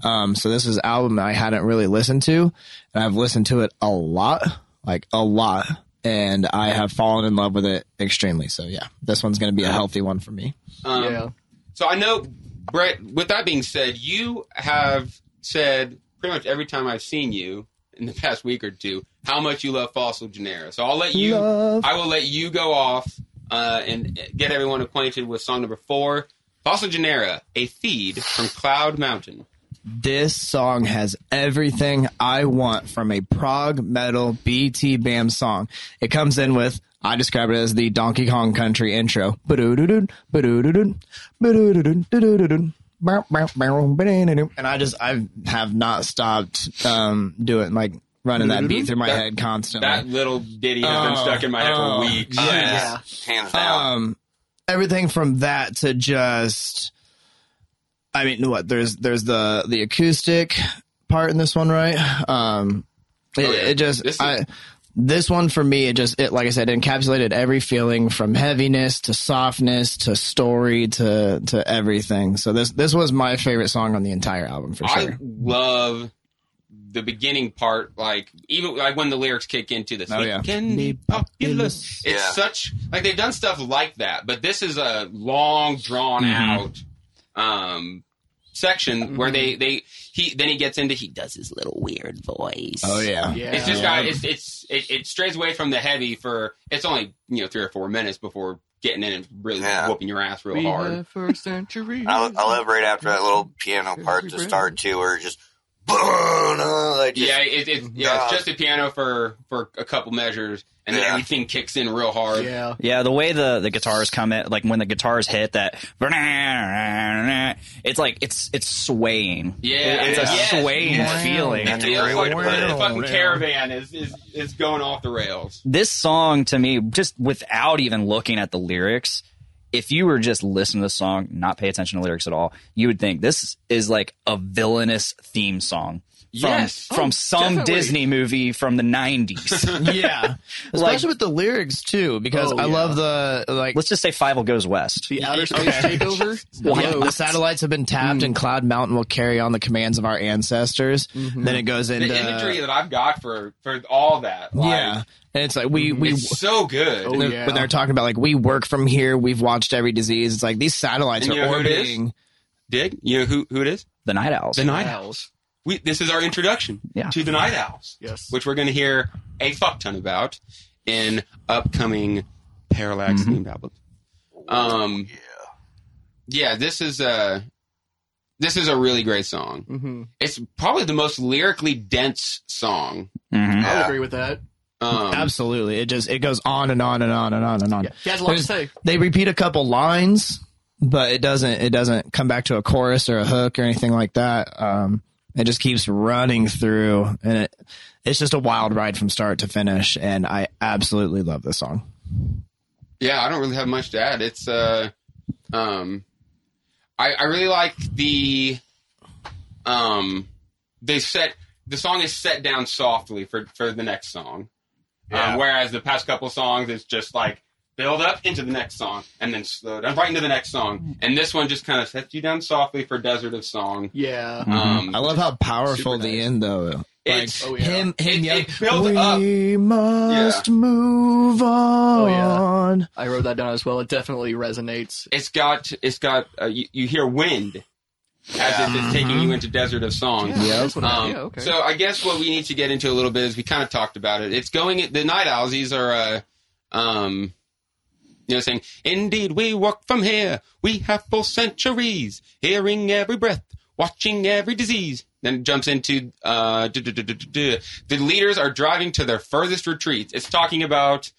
S5: Um, so this is an album that I hadn't really listened to, and I've listened to it a lot, like a lot, and I have fallen in love with it extremely. So yeah, this one's going to be a healthy one for me.
S1: Um,
S4: yeah.
S1: So I know, Brett. With that being said, you have said pretty much every time I've seen you in the past week or two how much you love fossil genera. So I'll let you.
S5: Love.
S1: I will let you go off uh, and get everyone acquainted with song number four, fossil genera, a feed from Cloud Mountain.
S5: This song has everything I want from a prog metal BT BAM song. It comes in with I describe it as the Donkey Kong Country intro. Ba-do-do-do, ba-do-do-do, ba-do-do-do, do-do-do-do, bow, bow, bow, ba-da-da-do. And I just I have not stopped um doing like running that beat through my
S1: That-
S5: head constantly.
S1: That little ditty has been
S5: Oh,
S1: stuck in my head
S5: oh,
S1: for weeks.
S5: yeah.
S6: hands down.
S5: um everything from that to just I mean what there's there's the the acoustic part in this one right um it,
S1: Oh, yeah.
S5: it just
S1: This is-
S5: I this one for me it just it like I said encapsulated every feeling from heaviness to softness to story to to everything so this this was my favorite song on the entire album for
S1: I
S5: sure
S1: love the beginning part, like even like when the lyrics kick into this,
S5: Oh,
S1: we
S5: yeah.
S1: can be
S5: Be
S1: populous. It's
S6: Yeah.
S1: such like they've done stuff like that, but this is a long, drawn out um, section where they they he then he gets into he does his little weird voice.
S5: Oh
S4: <laughs>
S5: yeah.
S4: Yeah.
S1: Um, It's just got it's it's it, it strays away from the heavy for it's only you know three or four minutes before getting in and really
S6: Yeah.
S1: whooping your ass real
S4: We
S1: hard.
S4: the first
S1: <laughs>
S4: century.
S6: I, I love right after that little piano part to start too, where it just, uh, like just
S1: yeah, it, it, yeah,
S6: God.
S1: it's just a piano for for a couple measures, and then
S6: Yeah.
S1: everything kicks in real hard. <laughs>
S4: Yeah.
S3: Yeah, the way the, the guitars come in, like when the guitars hit that, it's like it's it's swaying.
S1: Yeah,
S3: it's a
S1: yes.
S3: swaying
S1: Yes.
S3: feeling.
S6: That's a
S1: It feels
S6: great way
S1: like
S6: to
S1: the
S6: put it.
S1: fucking caravan is, is is going off the rails.
S3: This song to me, just without even looking at the lyrics, if you were just listening to the song, not pay attention to lyrics at all, you would think this is like a villainous theme song from
S1: Yes.
S3: from
S4: Oh,
S3: some
S4: definitely.
S3: Disney movie from
S1: <laughs>
S3: the nineties.
S5: yeah. <laughs> Especially with the lyrics too, because
S4: Oh,
S5: I
S4: yeah.
S5: love the like
S3: Let's just say Five Will Goes West.
S4: The outer space takeover.
S5: Yeah,
S4: Hello.
S5: the satellites have been tapped, and Cloud Mountain will carry on the commands of our ancestors.
S4: Hmm. Mm-hmm.
S5: Then it goes
S1: The
S5: into
S1: imagery
S3: uh,
S1: that I've got for for all that, like,
S5: yeah, and it's like we we
S1: it's so good.
S4: Oh,
S5: when
S4: yeah.
S5: they're talking about like we work from here, we've watched every disease. It's like these satellites
S1: And
S5: are
S1: you know who it is?
S5: orbiting.
S1: Dig, you know who who it is?
S3: The Night Owls.
S1: The Night Owls.
S4: Owls.
S1: We this is our introduction
S3: Yeah.
S1: to the Night Owls,
S4: Yes.
S1: which we're going to hear a fuck ton about in upcoming Parallax
S3: Mm-hmm.
S1: themed albums. Um,
S6: yeah.
S1: yeah, this is a this is a really great song.
S4: Mm-hmm.
S1: It's probably the most lyrically dense song.
S3: Mhm.
S4: I would
S6: Yeah.
S4: agree with that.
S1: Um,
S5: Absolutely, it just it goes on and on and on and on and on.
S4: Yeah. He has a lot to
S5: There's-
S4: say.
S5: They repeat a couple lines, but it doesn't it doesn't come back to a chorus or a hook or anything like that. Um, it just keeps running through, and it it's just a wild ride from start to finish. And I absolutely love this song.
S1: yeah, I don't really have much to add. It's uh, um, I, I really like the um, they set the song is set down softly for for the next song, um, whereas the past couple songs it's just like build up into the next song and then slow down right into the next song, and this one just kind of sets you down softly for Desert of Song.
S4: Yeah.
S3: Mm-hmm.
S1: Um,
S5: Mm-hmm. I love how powerful
S1: Super
S5: the
S1: nice.
S5: end though. Like
S1: It's-
S4: oh, yeah.
S5: him, him
S1: It-
S5: yelling,
S1: it built
S5: we
S1: up."
S5: must move
S4: yeah.
S5: on.
S4: I wrote that down as well. It definitely resonates.
S1: it's got it's got uh, you, you hear wind as if it's taking you into desert of song.
S4: Yeah, that's what I-
S1: Um,
S4: yeah, okay.
S1: So I guess what we need to get into a little bit is we kind of talked about it. It's going the night owls. These are, uh, um, you know, saying indeed we walk from here. We have full centuries, hearing every breath, watching every disease. Then it jumps into uh, duh, duh, duh, duh, duh, duh. the leaders are driving to their furthest retreats. It's talking about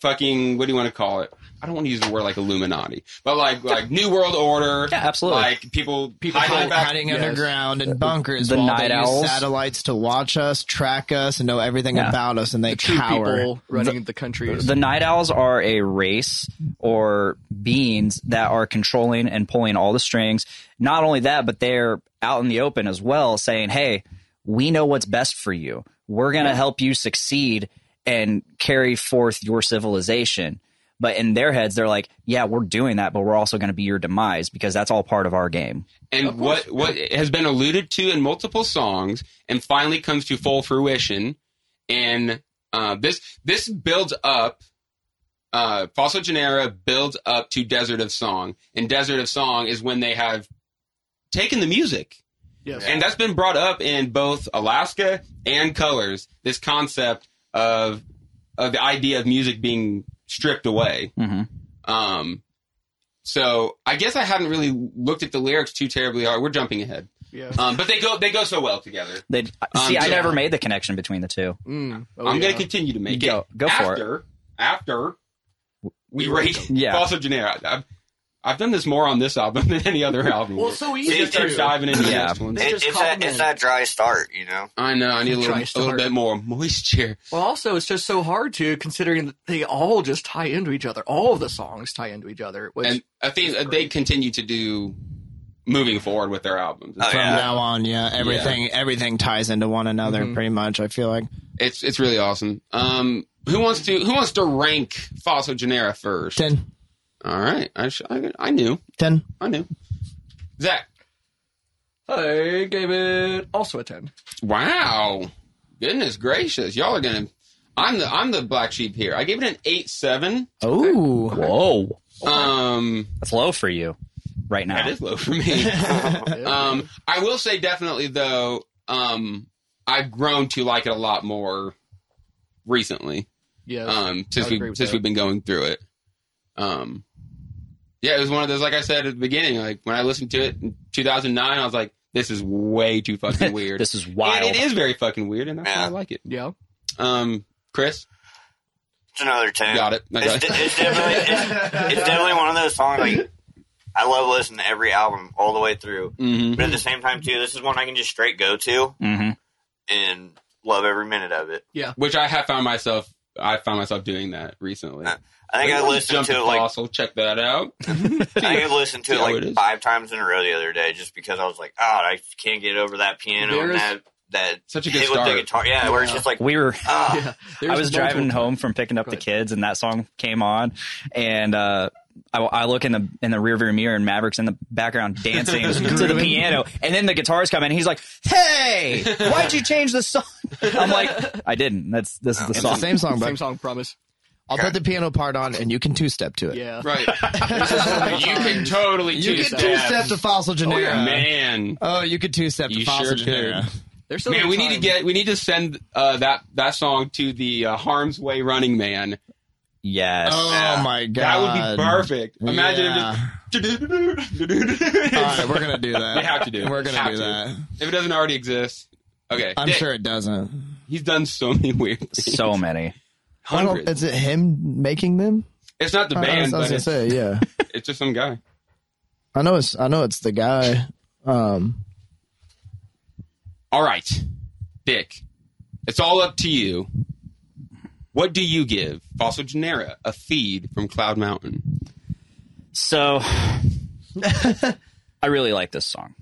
S1: fucking what do you want to call it? I don't want to use the word like Illuminati, but like like New World Order.
S3: Yeah, absolutely.
S1: Like people
S4: People
S1: hiding,
S4: hiding-
S1: back,
S5: Hiding
S4: Yes.
S5: underground in bunkers,
S3: the
S5: while
S3: night
S5: they use
S3: owls.
S5: satellites to watch us, track us, and know everything
S3: Yeah.
S5: about us, and they
S4: Two
S5: cower.
S4: people running the, countries.
S3: The Night Owls are a race or beings that are controlling and pulling all the strings. Not only that, but they're out in the open as well saying, hey, we know what's best for you. We're going to help you succeed and carry forth your civilization. But in their heads, they're like, yeah, we're doing that, but we're also going to be your demise because that's all part of our game.
S1: and what what has been alluded to in multiple songs and finally comes to full fruition and uh, this this builds up uh, Fossil Genera builds up to Desert of Song, and Desert of Song is when they have taken the music,
S4: yes.
S1: and that's been brought up in both Alaska and Colors. This concept of of the idea of music being stripped away,
S3: Mhm.
S1: um, so I guess I hadn't really looked at the lyrics too terribly hard. We're jumping ahead,
S4: yeah.
S1: um, but they go they go so well together.
S3: They see,
S1: yeah.
S3: I never made the connection between the two.
S4: Mm. Oh,
S1: I'm going
S4: yeah.
S1: to continue to make
S3: Go-
S1: it.
S3: go for it.
S1: after, it. After we rate
S3: <laughs> Yeah.
S1: Falso Genera. I've, I've done this more on this album <laughs> than any other album.
S4: Well, it's so
S1: We
S4: easy
S1: just
S4: to.
S1: start diving into the
S3: Yeah.
S1: next one.
S4: They
S6: It,
S4: just
S6: it's that
S4: compliment.
S6: it's that dry start, you know.
S1: I know. I need a little,
S4: Try
S1: a little
S4: start.
S1: bit more moisture.
S4: Well, also, it's just so hard to considering that they all just tie into each other. All of the songs tie into each other. Which,
S1: And I think that they continue to do moving forward with their albums.
S6: Oh,
S5: From
S6: Yeah.
S5: now on, yeah, everything everything ties into one another pretty much. I feel like
S1: It's it's really awesome. Um, who wants to who wants to rank Falso Genera first?
S5: 10,
S1: All right. I, sh- I, I knew.
S5: 10.
S1: I knew. Zach.
S4: I gave it also a 10.
S1: Wow. Goodness gracious. Y'all are gonna I'm the I'm the black sheep here. I gave it an eight seven.
S5: Oh, <laughs>
S3: Whoa,
S1: Um
S3: that's low for you right now.
S1: that is low for
S5: <laughs>
S1: me.
S4: Uh,
S1: um I will say definitely though, um I've grown to like it a lot more recently.
S4: Yes.
S1: Um since
S4: I
S1: we
S4: agree with
S1: since
S4: that.
S1: we've been going through it. Um yeah, it was one of those like I said at the beginning, like when I listened to it in two thousand nine, I was like, this is way too fucking weird.
S3: This is wild.
S1: And it is very fucking weird, and that's why I
S6: Yeah.
S1: like it.
S4: yeah.
S1: Um, Chris,
S6: It's another ten.
S1: got it. I
S6: It's,
S1: <laughs> got it.
S6: de- it's definitely it's, it's definitely one of those songs like I love listening to every album all the way through.
S1: Mhm.
S6: But at the same time too, this is one I can just straight go to
S3: hmm
S6: and love every minute of it.
S1: Which I have found myself. I found myself doing that recently.
S6: Uh, I think I listened
S1: Jumped
S6: to it like
S1: across, I'll check that out.
S6: I think I listened to it
S1: See how it
S6: like
S1: is.
S6: five times in a row the other day just because I was like, oh, I can't get over that piano
S4: There's-
S6: and that that
S1: Such a good
S6: hit with the
S1: start.
S6: guitar. Yeah, where it's
S4: Yeah.
S6: just
S1: <laughs>
S6: like,
S3: We were.
S6: ah,
S3: I
S4: yeah. Uh, There's
S3: was
S4: multiple-
S3: driving home from picking up
S4: Go
S3: the
S4: ahead.
S3: kids, and that song came on, and uh, I, I look in the in the rearview mirror, and Maverick's in the
S4: <laughs>
S3: background dancing to the piano, and then the guitars come in. He's like, "Hey, why'd you change the
S4: <laughs>
S3: song?" I'm like, "I didn't. That's this
S4: Oh,
S3: is the
S5: it's the
S3: song."
S5: same song,
S4: Same
S5: but
S4: song, promise.
S5: I'll put the piano part on and you can two step to it.
S4: Yeah. <laughs>
S1: Right. you can totally.
S5: You
S1: choose
S5: can
S1: that.
S5: two step to Fossil
S1: Oh,
S5: Genera.
S1: yeah, man.
S5: Oh, you could two step to
S1: You
S5: Fossil
S1: sure
S5: Genera.
S1: could.
S4: There's still
S1: Man, we need to
S4: time.
S1: get. We need to send uh, that that song to the uh, Harm's Way Running Man.
S3: Yes.
S5: Oh my god,
S1: That would be perfect. Imagine
S5: Yeah.
S1: if <laughs> just.
S5: All right, we're gonna do that.
S1: We have to do it.
S5: We're gonna
S1: Have
S5: do
S1: to.
S5: that.
S1: if it doesn't already exist. Okay,
S5: I'm
S1: Dick,
S5: sure it doesn't.
S1: he's done so many weird. Things.
S3: so many.
S5: I
S1: Hundreds.
S5: don't, is it him making them?
S1: It's not the
S5: I- I
S1: band,
S5: was- I was
S1: but
S5: gonna
S1: it's,
S5: say, yeah. <laughs>
S1: it's just some guy.
S5: I know it's I know it's the guy. Um,
S1: All right, Dick, it's all up to you. What do you give Fossil Genera a feed from Cloud Mountain?
S3: So <sighs> I really like this song.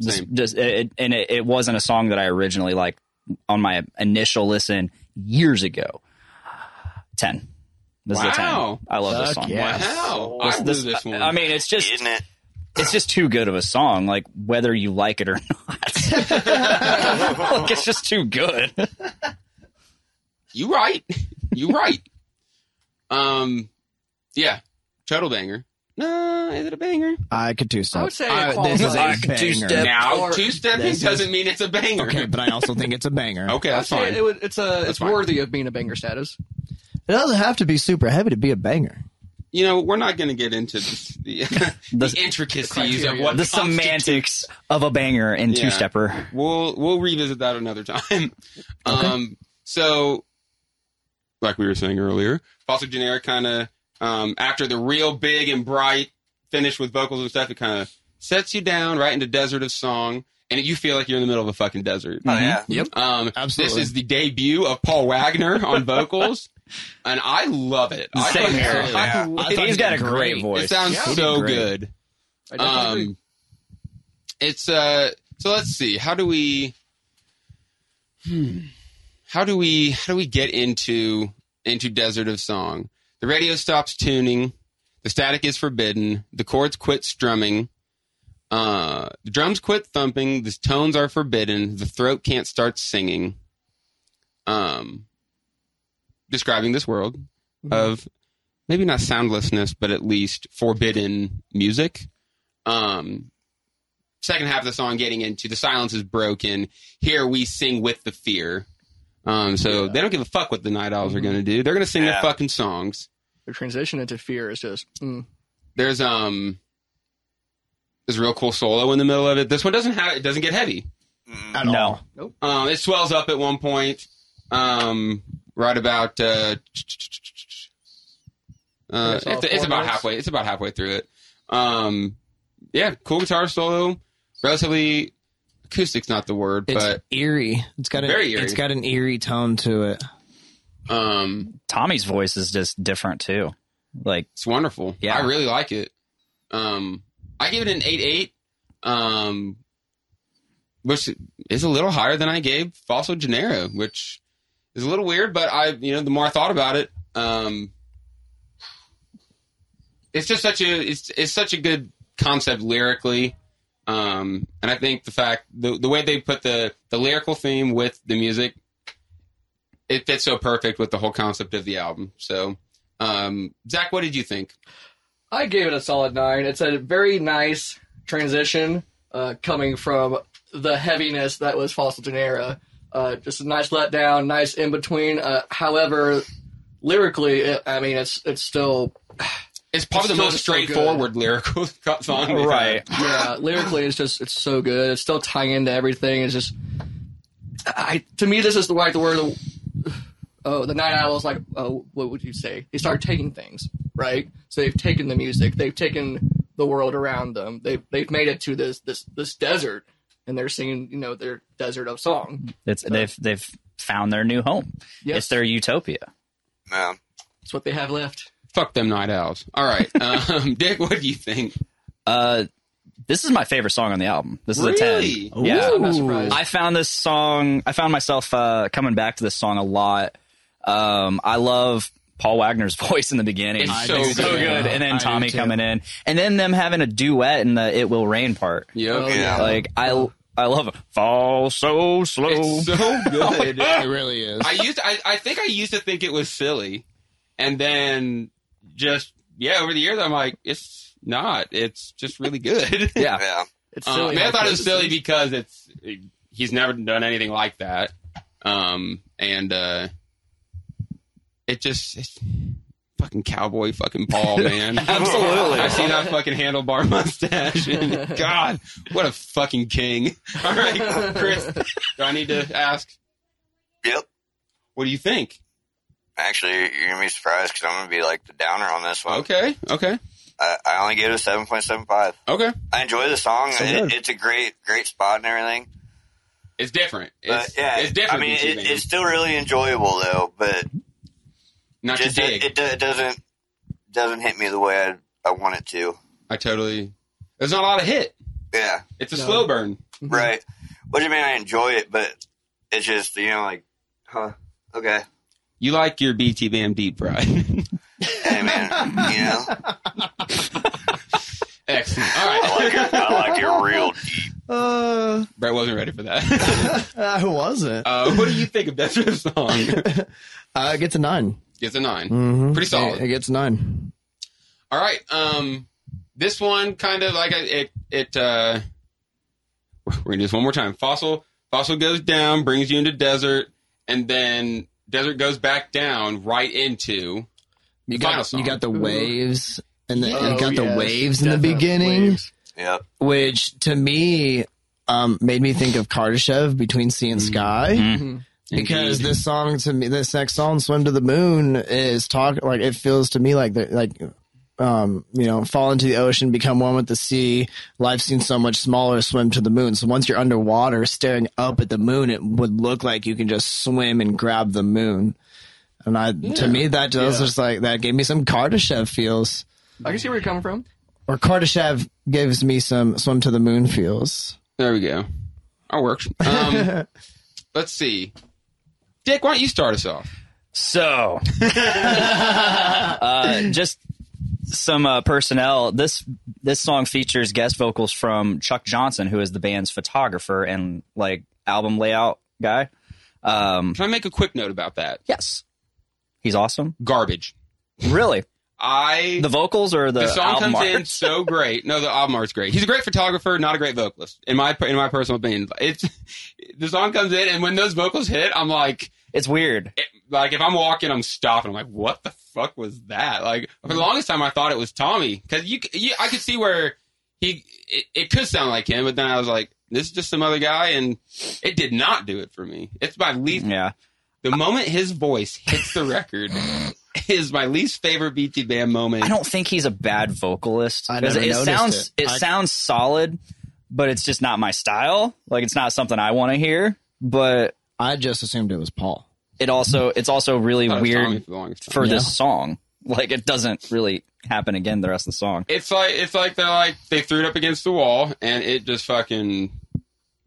S3: Just,
S1: Same.
S3: just it, it- and it, it wasn't a song that I originally liked on my initial listen years ago. Ten. This is a ten.
S1: Wow.
S3: I love this
S5: Fuck
S3: song.
S5: yeah.
S1: Wow, I blew
S3: This-
S1: this one.
S3: I mean, it's just
S1: <laughs>
S6: isn't it?
S3: it's just too good of a song. Like whether you like it or <laughs> not,
S6: Oh,
S3: like it's just too good.
S1: you right, you right. um, yeah, total banger. No, is it a banger?
S5: I could two step.
S4: I would say it
S5: this is
S4: qualifies.
S5: a
S4: I
S5: banger.
S3: two-step.
S1: Now,
S4: Or-
S1: Oh, two stepping
S5: This is-
S1: doesn't mean it's a banger.
S5: Okay, but I also think it's a banger.
S1: Okay, that's
S4: I'd say
S1: fine.
S4: It, would- it's a, it's
S1: fine.
S4: worthy of being a banger status.
S5: It doesn't have to be super heavy to be a banger.
S1: you know, we're not going to get into this, the, the, intricacies of
S4: criteria.
S1: what
S3: The
S1: constitutes-
S3: semantics of a banger and
S1: Yeah.
S3: two stepper.
S1: We'll we'll revisit that another
S3: <laughs>
S1: time. Um, so, like we were saying earlier, Fossil Generic kind of um, after the real big and bright finish with vocals and stuff, it kind of sets you down right into desert of song, and you feel like you're in the middle of a fucking desert.
S3: Mm-hmm.
S6: Oh, yeah.
S1: Um,
S5: Absolutely.
S1: This is the debut of Paul Wagner
S3: <laughs>
S1: on vocals, and I love it. I
S3: Same
S1: thought-
S3: here.
S1: I thought-
S5: I thought
S3: He's got a
S5: did
S3: great, voice.
S1: It sounds
S4: Yeah.
S5: He did
S1: so
S5: great.
S1: good.
S4: I definitely agree.
S1: Um, it's uh. So let's see. How do we? Hmm, how do we? How do we get into into Desert of Song? The radio stops tuning. The static is forbidden. The chords quit strumming. Uh, the drums quit thumping. The tones are forbidden. The throat can't start singing. Um, describing this world of maybe not soundlessness, but at least forbidden music um second half of the song getting into the silence is broken here we sing with the fear um so they don't give a fuck what the night owls are gonna do they're gonna sing their
S6: Yeah.
S1: fucking songs
S4: The transition into fear is just mm,
S1: there's um there's a real cool solo in the middle of it this one doesn't have it doesn't get heavy Mm-hmm.
S6: Mm-hmm.
S5: At
S3: No.
S5: all.
S1: um it swells up at one point um right about uh uh,
S4: That's all
S1: it's, it's
S4: four
S1: about
S4: notes?
S1: halfway. It's about halfway through it. Um, yeah, cool guitar solo. Relatively acoustic's not the word,
S5: It's
S1: but
S5: eerie. It's got an,
S1: Very eerie.
S5: It's got an eerie tone to it.
S1: um,
S3: Tommy's voice is just different too. Like
S1: it's wonderful.
S3: Yeah.
S1: I really like it. Um, I gave it an eight eight, um, which is a little higher than I gave Fossil Genera, which is a little weird. But I, you know, the more I thought about it, um, it's just such a it's it's such a good concept lyrically. Um, and I think the fact the the way they put the the lyrical theme with the music, it fits so perfect with the whole concept of the album. So, um, Zach, what did you think?
S4: I gave it a solid nine. It's a very nice transition uh, coming from the heaviness that was Fossil Genera. Uh, just a nice letdown, nice in between. Uh, however, lyrically, it, I mean, it's it's still
S1: It's probably
S4: It's
S1: the
S4: still
S1: most
S4: so good.
S1: straightforward lyrical <laughs> song, they've
S3: Right.
S1: had.
S4: yeah, lyrically, it's just it's so good. It's still tying into everything. It's just, I to me, this is the right word. Oh, the Night Owl's like, oh, what would you say? They start taking things, right? So they've taken the music, they've taken the world around them, they've they've made it to this this this desert, and they're singing, you know, their desert of song.
S3: It's they've they've found their new home.
S4: Yes,
S3: It's their utopia.
S6: Yeah.
S4: it's what they have left.
S1: Fuck them night owls. All right, um, <laughs> Dick, what do you think?
S3: Uh, this is my favorite song on the album. This is
S1: Really?
S3: a ten. Yeah,
S4: I'm not surprised.
S3: I found this song. I found myself uh, coming back to this song a lot. Um, I love Paul Wagner's <laughs> voice in the beginning.
S1: It's so
S3: It's
S1: good.
S3: and
S5: I
S3: then
S5: do
S3: Tommy
S5: too.
S3: coming in, and then them having a duet in the "It Will Rain" part.
S1: Yep.
S4: Oh, yeah.
S3: Like I, I love it. Fall so slow.
S1: It's so
S5: <laughs>
S1: good.
S5: it really is.
S1: I used I, I think I used to think it was silly. And then just yeah, over the years I'm like, it's not. It's just really good. <laughs>
S3: yeah,
S6: Yeah.
S4: It's
S1: Um,
S4: silly.
S1: I mean, I
S4: how
S1: thought it was
S4: good
S1: silly
S4: this <laughs> is.
S1: because it's he's never done anything like that. Um and uh it just it's fucking cowboy fucking
S4: <laughs>
S1: Paul, man.
S3: Absolutely.
S1: I see that fucking handlebar mustache <laughs> and God, what a fucking king. <laughs> All right, Chris. Do I need to ask?
S6: Yep.
S1: What do you think?
S6: Actually, you're gonna be surprised because I'm gonna be like the downer on this one.
S1: Okay, okay,
S6: I, I only gave it a seven point seven five.
S1: okay.
S6: I enjoy the song.
S5: So
S6: it,
S5: good.
S6: it's a great, great spot and everything.
S1: It's different.
S6: But
S1: It's,
S6: Uh, yeah,
S1: it's different.
S6: I mean,
S1: than
S6: it,
S1: T-Pain.
S6: it's still really enjoyable though. But
S1: not your
S6: just it,
S1: dig.
S6: it, do- it doesn't doesn't hit me the way I I want it to.
S1: I totally. There's not a lot of hit.
S6: Yeah,
S1: It's a
S4: No.
S1: slow burn.
S6: right. Which I mean, I enjoy it, but it's just you know like, huh? Okay,
S1: You like your BT Bam deep fried.
S6: hey man, you know,
S1: Excellent. All
S6: I
S1: right,
S6: like it. I like it real deep.
S5: Uh, <laughs>
S1: Brett wasn't ready for that. <laughs>
S5: I wasn't.
S1: uh, what do you think of that sort of song?
S5: Uh, it gets a 9
S1: It's a 9
S5: Mm-hmm.
S1: Pretty solid.
S5: It, it gets a nine.
S1: All right. Um, this one kind of like I- it. It. Uh, we're gonna do this one more time. Fossil. Fossil goes down, brings you into desert, and then desert goes back down, right into
S5: You
S1: Final
S5: got
S1: song.
S5: you got the waves and the,
S4: Oh,
S5: you got the
S4: yes,
S5: waves in the
S4: definite
S5: beginning,
S4: waves.
S6: Yep. <laughs>
S5: which to me um, made me think of Kardashev between Sea
S1: Mm.
S5: and Sky. because
S1: Indeed.
S5: this song to me, this next song, "Swim to the Moon," is talk like it feels to me like the like, um, you know, fall into the ocean, become one with the sea. Life seems so much smaller. Swim to the moon. So once you're underwater, staring up at the moon, it would look like you can just swim and grab the moon. And I, to me, that does
S4: Yeah.
S5: just like that gave me some Kardashev feels,
S4: I can see where you're coming from.
S5: or Kardashev gives me some "Swim to the Moon" feels.
S1: There we go. That works. Um, let's see. Dick, why don't you start us off?
S3: So, <laughs> uh, just some uh, personnel. This this song features guest vocals from Chuck Johnson, who is the band's photographer and like album layout guy. Um,
S1: Can I make a quick note about that?
S3: yes, he's awesome.
S1: Garbage.
S3: Really,
S1: I
S3: the vocals or the,
S1: the song
S3: album
S1: comes
S3: art?
S1: in so great. No, the album art's great. He's a great photographer, not a great vocalist, in my in my personal opinion. It's the song comes in, and when those vocals hit, I'm like,
S3: It's weird.
S1: it- like if I'm walking, I'm stopping. I'm like, what the fuck was that? Like for the longest time, I thought it was Tommy because you, c- you, I could see where he, it, it could sound like him, but then I was like, this is just some other guy, and it did not do it for me. It's my least.
S3: Yeah,
S1: The moment his voice hits the
S3: <laughs>
S1: record, is my least favorite BT Bam moment.
S3: I don't think he's a bad vocalist.
S5: I
S3: 'Cause
S5: never
S3: it
S5: noticed
S3: sounds
S5: it.
S3: it,
S5: I-
S3: sounds solid, but it's just not my style. Like it's not something I want to hear. But
S5: I just assumed it was Paul.
S3: it also it's also really
S1: I thought it was Tommy
S3: weird
S1: for the longest time.
S3: for
S5: Yeah.
S3: this song. Like it doesn't really happen again the rest of the song.
S1: it's like it's like they're like they threw it up against the wall and it just fucking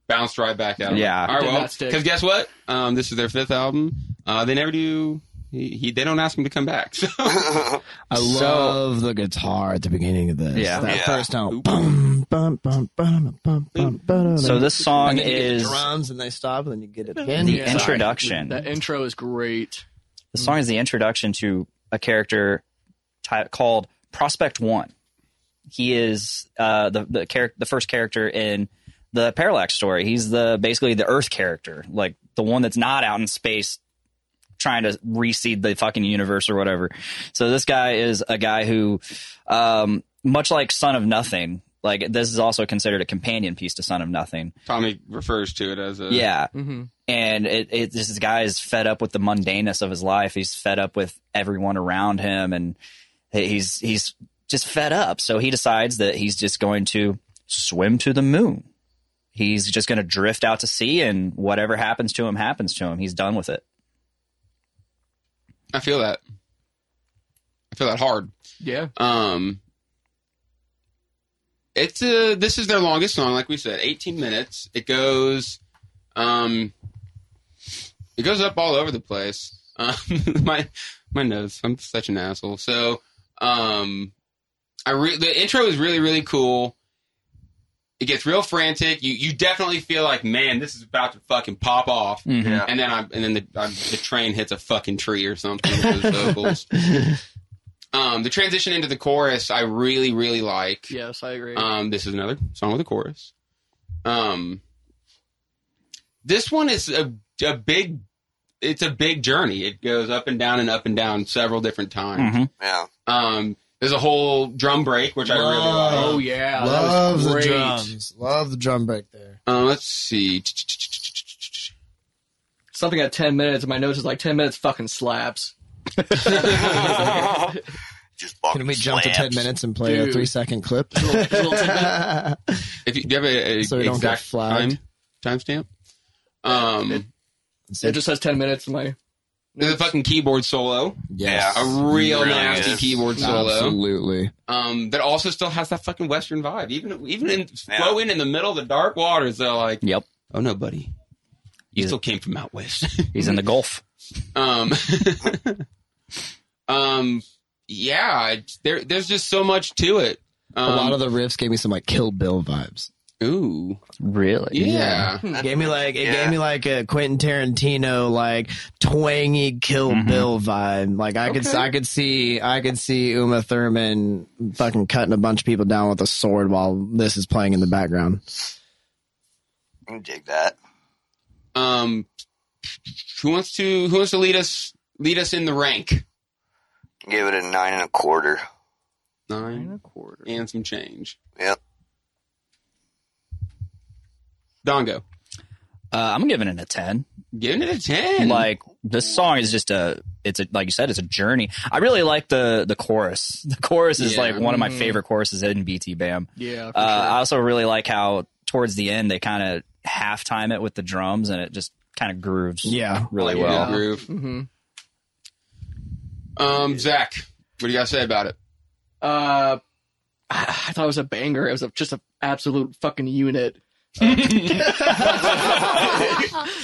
S1: bounced right back out.
S3: Yeah.
S1: All right.
S4: Did
S1: Well,
S4: not stick.
S1: because guess what? Um, this is their fifth album. Uh, they never do He, he they don't ask him to come back. <laughs> So
S5: I love the guitar at the beginning of this.
S3: Yeah.
S5: that
S6: Yeah.
S5: first note. Bum, bum, bum, bum, bum, bum, bum,
S3: So this song
S5: and then Oh, you get
S3: is
S5: drums, and they stop, and then you get it again.
S3: the
S4: Yeah.
S3: introduction.
S4: That intro is great.
S3: The song is the introduction to a character ti- called Prospect One. He is uh, the the, char- the first character in the Parallax story. He's the basically the Earth character, like the one that's not out in space trying to reseed the fucking universe or whatever. So this guy is a guy who, um, much like Son of Nothing, like this is also considered a companion piece to Son of Nothing.
S1: Tommy refers to it as a
S3: Yeah,
S4: Mm-hmm.
S3: and it, it this guy is fed up with the mundaneness of his life. He's fed up with everyone around him, and he- he's he's just fed up. So he decides that he's just going to swim to the moon. He's just going to drift out to sea, and whatever happens to him happens to him. He's done with it.
S1: I feel that. I feel that hard.
S4: Yeah.
S1: Um, it's uh this is their longest song, like we said, 18 minutes. It goes, um, it goes up all over the place. Um, <laughs> my my nose, I'm such an asshole. So, um, I re- the intro is really really cool. It gets real frantic. You you definitely feel like, man, this is about to fucking pop off.
S6: Yeah.
S1: And then I and then the I, the train hits a fucking tree or something with those vocals.
S5: <laughs>
S1: Um, the transition into the chorus, I really really like.
S4: Yes, I agree.
S5: Uh,
S1: Um, this is another song with a chorus. Um, this one is a, a big. It's a big journey. It goes up and down and up and down several different times.
S3: Mhm.
S6: Yeah.
S5: Mm-hmm.
S1: Um, there's a whole drum break, which I really like.
S5: Wow.
S4: oh yeah, that
S5: Love
S4: was
S5: the
S4: great.
S5: drums. Love the drum break there.
S1: Uh, let's see.
S4: Something at ten minutes, and my notes is like ten minutes fucking slaps.
S6: Just walk
S5: Can we jump to ten minutes and play a
S4: Dude.
S5: three-second clip?
S4: Little tidbit.
S5: <laughs>
S1: If you, do you have a, a
S5: So we don't get
S1: exact time
S5: flagged.
S1: timestamp, um,
S4: it just says ten minutes. in My
S1: there's a fucking keyboard solo,
S5: yes.
S1: a real
S6: Really
S1: nasty
S6: is.
S1: keyboard solo.
S5: Absolutely.
S1: um, that also still has that fucking Western vibe. Even even in
S6: Yeah.
S1: flowing in the middle of the dark waters, they're like,
S3: Yep,
S1: "Oh no, buddy, you
S3: Yeah.
S1: still came from out west." <laughs>
S3: he's in the Gulf.
S1: um, <laughs> um, yeah, it's- there there's just so much to it. Um,
S5: a lot of the riffs gave me some like Kill Bill vibes.
S1: ooh,
S3: Really?
S1: yeah,
S5: Gave me like it
S6: Yeah.
S5: gave me like a Quentin Tarantino like twangy Kill Bill vibe. Like I could
S1: Okay.
S5: I could see I could see Uma Thurman fucking cutting a bunch of people down with a sword while this is playing in the background.
S6: I can dig that.
S1: um, who wants to who wants to lead us lead us in the rank
S6: Give it a nine and a quarter.
S1: nine and some change?
S6: Yep.
S1: Dongo,
S3: Uh, I'm giving it a ten.
S1: giving it a ten.
S3: like this song is just a it's a like you said it's a journey i really like the the chorus the chorus is
S1: Yeah.
S3: like one of my favorite choruses in bt bam
S4: yeah, for
S3: uh, i
S4: sure.
S3: also really like how towards the end they kind of halftime it with the drums and it just kind of grooves
S5: Yeah.
S3: really
S1: Like a good
S3: well
S1: groove.
S4: Mhm.
S1: Um, Zach, what do you got to say about it?
S4: Uh, I I thought it was a banger. It was a, just an absolute fucking unit. <laughs> Uh,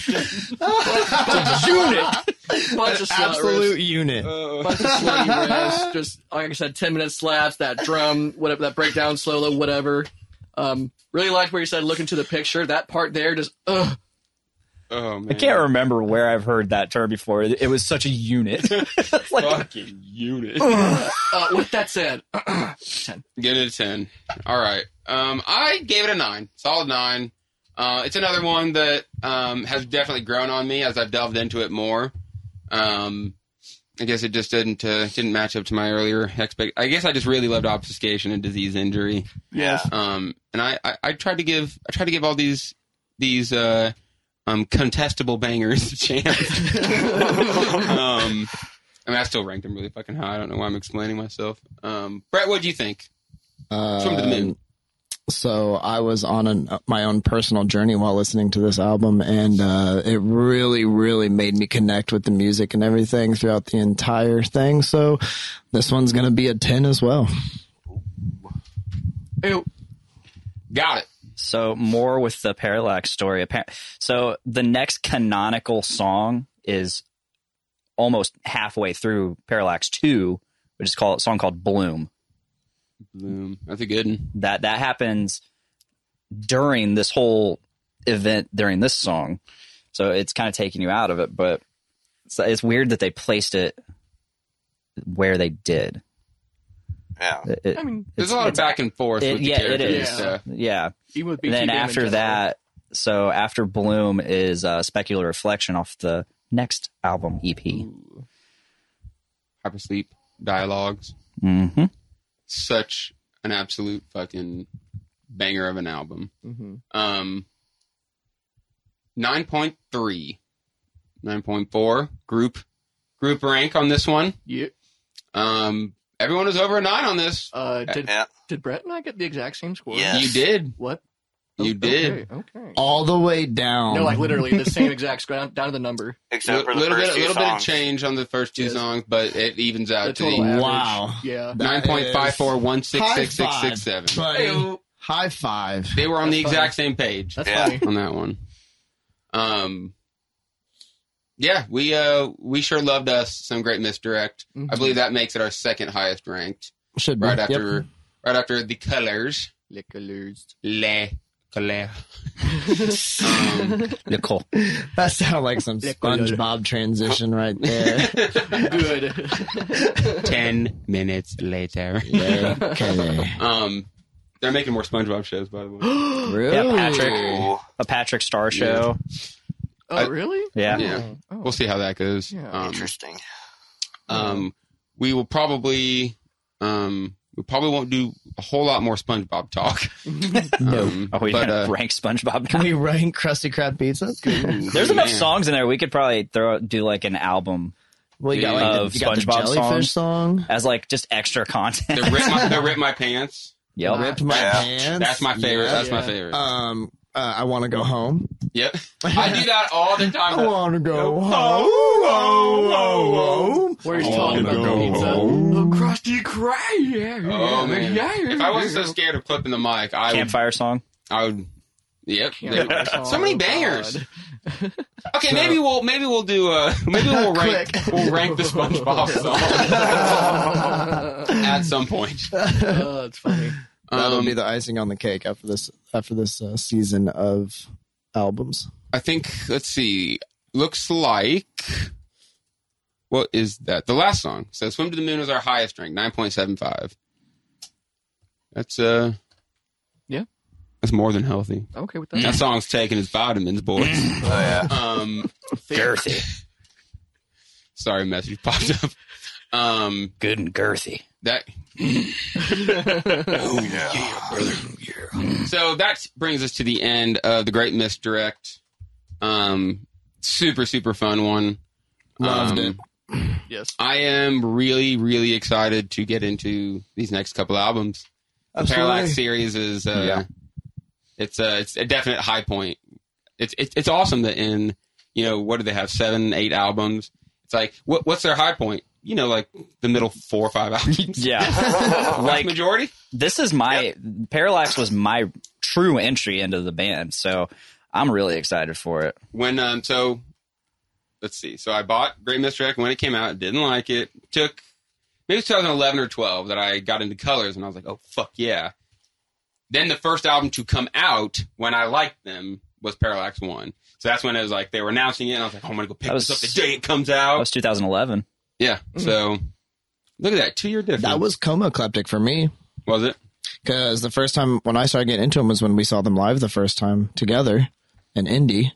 S4: just, just a unit. Bunch of slut riffs.
S5: unit.
S4: Bunch of slutty riffs. Just like I said, ten minute slaps. That drum, whatever. That breakdown solo, whatever. Um, really liked where you said look into the picture. That part there, just uh, ugh.
S1: Oh man,
S3: i can't remember where i've heard that term before it it was such a unit <laughs> It's like,
S1: Fucking
S3: <laughs>
S1: unit.
S4: Uh, with that said, <clears throat> ten.
S1: Give it a ten. All right. Um, I gave it a nine, solid nine. Uh, it's another one that um, has definitely grown on me as I've delved into it more. Um, I guess it just didn't uh, didn't match up to my earlier expect. I guess I just really loved obfuscation and disease injury.
S6: Yeah.
S1: Um, and I, I, I tried to give I tried to give all these these uh, um, contestable bangers a chance. um, I mean, I still ranked them really fucking high. I don't know why I'm explaining myself. Um, Brett, what do you think? Swim to the moon.
S5: Um, so I was on an, my own personal journey while listening to this album, and uh, it really, really made me connect with the music and everything throughout the entire thing. So this one's going to be a 10 as well.
S4: Ew.
S1: Got it.
S3: so more with the parallax story Appar- so the next canonical song is almost halfway through Parallax Two, which is called a song called Bloom.
S1: Bloom. That's a good one.
S3: That that happens during this whole event during this song, so it's kind of taking you out of it. But it's, it's weird that they placed it where they did.
S6: Yeah.
S3: It- it-
S4: I mean,
S1: There's
S3: It's-
S1: a lot of
S3: it's-
S1: back and forth
S3: it-
S1: with
S3: yeah,
S1: the
S3: it
S1: characters. uh,
S4: is.
S1: and stuff.
S3: yeah.
S4: even with BT
S3: And then
S4: Damon
S3: after
S4: just-
S3: that, so after Bloom is uh, Specular Reflection off the next album E EP.
S1: Hypersleep dialogues.
S3: Mm-hmm.
S1: Such an absolute fucking banger of an album.
S3: Mm-hmm.
S4: Mhm.
S1: Um, 9.3, 9.4 group group rank on this one.
S4: Yeah.
S1: Um, everyone was over a nine on this.
S4: Uh, did,
S6: Yeah.
S4: did Brett and I get the exact same score?
S6: Yeah.
S1: You did.
S4: What?
S3: Oh,
S1: You
S4: Okay,
S1: did.
S4: Okay.
S5: all the way down.
S4: No, like literally the same exact score down, down to the number.
S6: Except for the
S1: little
S6: first
S1: bit,
S6: two
S1: little bit of
S6: songs.
S1: change on the first two
S4: Yes.
S1: songs, but it evens
S4: The
S1: out to
S4: total
S1: the
S4: average.
S5: Wow.
S4: Yeah.
S1: nine point five four one six six six six seven.
S5: Buddy. High five.
S1: They were on the
S4: That's
S1: exact same page.
S4: That's
S6: Yeah.
S4: funny.
S1: on that one. Um, yeah, we uh we sure loved us some great misdirect.
S4: Mhm.
S1: I believe that makes it our second highest ranked,
S5: Should be
S1: right
S5: Yep.
S1: after right after the colors.
S4: Les couleurs.
S1: Le
S4: <laughs>
S1: color. um,
S3: Nicole.
S5: That sounded like some SpongeBob transition right there.
S4: Good.
S1: Um,
S3: <laughs>
S1: ten minutes later.
S5: okay.
S1: Um, they're making more SpongeBob shows, by the way.
S5: Really?
S3: Yeah, Patrick.
S6: Ooh.
S3: A Patrick Star show.
S4: Oh,
S1: I-
S4: really?
S3: Yeah.
S1: yeah,
S4: Oh.
S1: we'll see how that goes.
S4: Yeah.
S1: Um,
S6: Interesting. <laughs>
S1: um, we will probably um, we probably won't do a whole lot more SpongeBob talk.
S3: <laughs>
S1: Um,
S3: Are Oh, we
S1: but,
S3: gonna
S1: uh,
S3: rank <laughs> SpongeBob?
S1: <laughs>
S5: Can we rank Krusty Krab pizza?
S3: There's enough
S1: man.
S3: songs in there. We could probably throw do like an album
S5: Well, you got like
S3: Of
S5: the, you got the
S3: SpongeBob
S5: jellyfish song.
S3: as like just extra content.
S1: They rip my, they rip my pants.
S3: yep.
S5: Ripped my
S6: Yeah.
S5: pants.
S1: That's my favorite.
S5: Yeah.
S1: That's my
S4: Yeah.
S1: favorite.
S5: Um, uh, I want to go home.
S1: yep. I do that all the time.
S5: <laughs> I <laughs> want to go home.
S4: Where's
S1: Oh,
S4: Tom about
S1: no.
S4: pizza? Oh, Krusty Krab. Yeah,
S1: Oh
S4: yeah,
S1: man!
S4: yeah, yeah,
S1: If I wasn't so
S4: yeah. <laughs>
S1: scared of clipping the mic, I would.
S3: Campfire song.
S1: I would. Yep.
S4: Campfire song.
S1: So many
S4: Oh, <laughs>
S1: bangers.
S4: God.
S1: Okay, maybe we'll maybe we'll do uh <laughs> maybe
S5: <laughs>
S1: we'll rank
S5: Quick.
S1: we'll rank the
S5: <laughs>
S1: SpongeBob song <laughs> at some point.
S4: Oh, it's funny.
S5: That'll
S1: Um,
S5: be the icing on the cake after this after this uh, season of albums.
S1: I think let's see. Looks like what is that? The last song. So Swim to the Moon is our highest rank, nine point seven five. That's uh
S4: Yeah.
S1: That's more than healthy.
S4: I'm okay
S3: Mm.
S1: <laughs>
S4: with
S1: That
S4: that.
S1: song's taking its vitamins, boys.
S6: Oh, yeah.
S1: <laughs> um
S3: Girthy.
S1: <laughs> sorry message popped up. Um
S3: Good and girthy.
S1: that
S6: Oh, yeah.
S1: so that brings us to the end of the Great Misdirect. Um super, super fun one.
S5: Loved
S1: Um,
S5: it.
S4: yes.
S1: I am really, really excited to get into these next couple albums. The Parallax
S5: Absolutely.
S1: series is uh,
S5: Yeah.
S1: it's a it's a definite high point. It's it's it's awesome that in you know what do they have seven eight albums? It's like what what's their high point? You know, like the middle four or five <laughs> albums. <laughs>
S3: Yeah.
S1: like
S3: like
S1: majority.
S3: this is my Parallax was my true entry into the band, so I'm really excited for it.
S1: when um so let's see so i bought great misdirect when it came out didn't like it took maybe 2011 or 12 that i got into colors and i was like oh fuck yeah then the first album to come out when i liked them was parallax one so that's when it was like they were announcing it and i was like oh, i'm gonna go pick
S3: That was-
S1: this up the day it comes
S3: That
S1: out
S3: was Mm. 2011.
S1: yeah so look at that two year difference
S5: That was coma eclectic for me
S1: was it
S5: because the first time when I started getting into them was when we saw them live the first time together in Indy.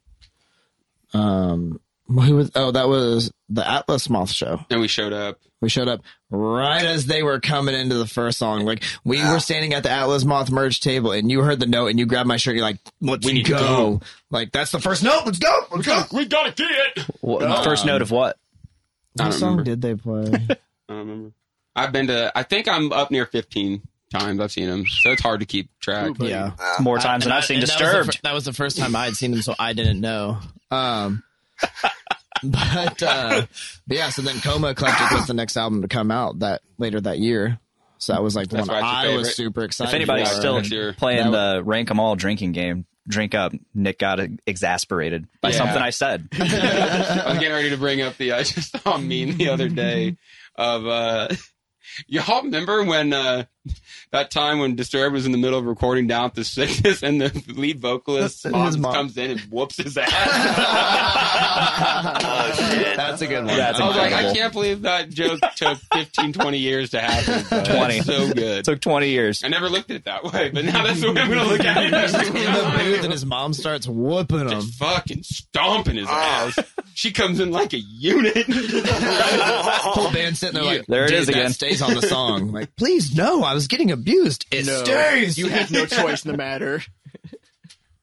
S5: Um, who was? Oh, that was the Atlas Moth show.
S1: and we showed up
S5: We showed up right as they were coming into the first song. Like we were standing at the Atlas Moth merge table, and you heard the note, and you grabbed my shirt. You're like, "Let's
S1: We need to
S5: go. Like that's the first note. Let's go. Let's go."
S1: we gotta get it
S3: What, the first note of
S1: I
S3: what?
S5: What
S1: don't
S5: song
S1: remember.
S5: did they play?
S1: I don't remember. I've been to. I think I'm up near 15 times. I've seen them, so it's hard to keep track.
S4: Ooh,
S5: yeah,
S3: More times than I've seen
S5: And that was the fir-
S3: Disturbed.
S5: That was, the first time I had seen them, so I didn't know. Um, <laughs> but, uh, but yeah, so then Coma Eclectic was the next album to come out that later that year. So that was like the
S1: That's
S5: one
S1: why it's your
S5: I was
S1: favorite.
S5: super excited.
S3: If anybody's
S5: <laughs> for.
S1: Yeah,
S3: still
S1: that's your-
S3: playing the rank 'em all drinking game, drink up. Nick got exasperated by
S1: Yeah.
S3: something I
S1: <laughs>
S3: said.
S1: I was getting ready to bring up the I just saw a meme the other day of uh <laughs> y'all remember when uh that time when Disturbed was in the middle of recording down with the sickness and the lead vocalist
S5: His
S1: mom
S5: mom.
S1: comes in and whoops his ass.
S6: Oh, shit.
S5: That's a good one.
S3: That's
S1: I was like, I
S3: incredible.
S1: can't believe that joke took 15, 20 years to
S3: <laughs>
S1: happen. but it's
S3: 20.
S1: So
S3: It
S1: good.
S3: took 20 years.
S1: I never looked at it that way, but now that's the way I'm going to look at it.
S5: <laughs>
S3: Um,
S5: He's in the booth and his mom starts whooping him.
S1: Just fucking stomping his ass. She comes in like a unit.
S5: Whole band sitting there like,
S3: There it
S5: "Dude,
S3: is
S5: that
S3: again."
S5: stays on the song. Like, please, no, I was getting abused. It
S4: No.
S5: stays.
S4: You have no choice in the matter.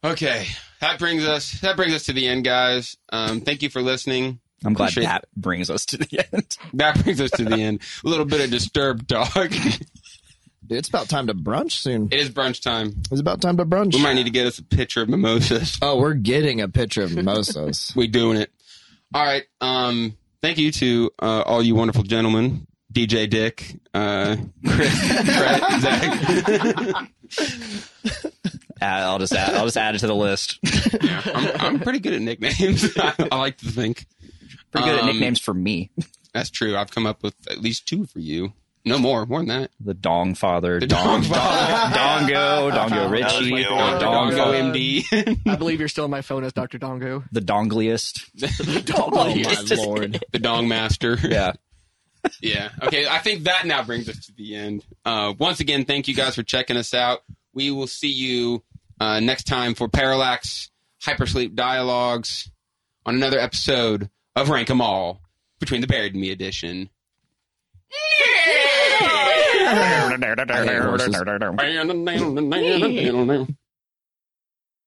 S1: Okay, that brings us that brings us to the end, guys. Um, thank you for listening.
S3: I'm glad
S1: Appreciate-
S3: that brings us to the <laughs> end.
S1: That brings us to the end. A little bit of disturbed dog. <laughs> it
S5: <laughs> Dude, it's about time to brunch soon.
S1: is brunch time.
S5: It's about time to brunch.
S1: We might need to get us a pitcher of mimosas. <laughs>
S5: oh, we're getting a picture of mimosas.
S1: We doing it. All right. Um, thank you to uh, all you wonderful gentlemen. DJ Dick, uh, Chris, Brett, Zach.
S3: Add- I'll just add, I'll just add it to the list. Pretty
S1: Yeah, I'm, I'm pretty good at nicknames. <laughs> I, I like to think
S3: good at
S1: Um,
S3: nicknames for me.
S1: that's true. I've come up with at least two for you. No more, more than that.
S3: The Dong Father,
S1: The <laughs> Dong
S3: Dong,
S1: Father.
S3: <laughs> Dongo, Dongo Richie,
S6: my
S3: the
S6: own.
S3: Dong,
S1: Dongo MD.
S4: I believe you're still on my phone as Dr. Dongo.
S5: <laughs>
S3: the Dongliest.
S5: oh my
S3: It's just-
S5: lord.
S1: the dong master.
S3: Yeah.
S1: <laughs> yeah. Okay. I think that now brings us to the end. Uh, once again, thank you guys for checking us out. We will see you uh, next time for Parallax Hypersleep Dialogues on another episode of Rank 'Em All Between the Buried and Me edition.
S5: I hate horses.
S1: Bam, bam, bam, bam, bam.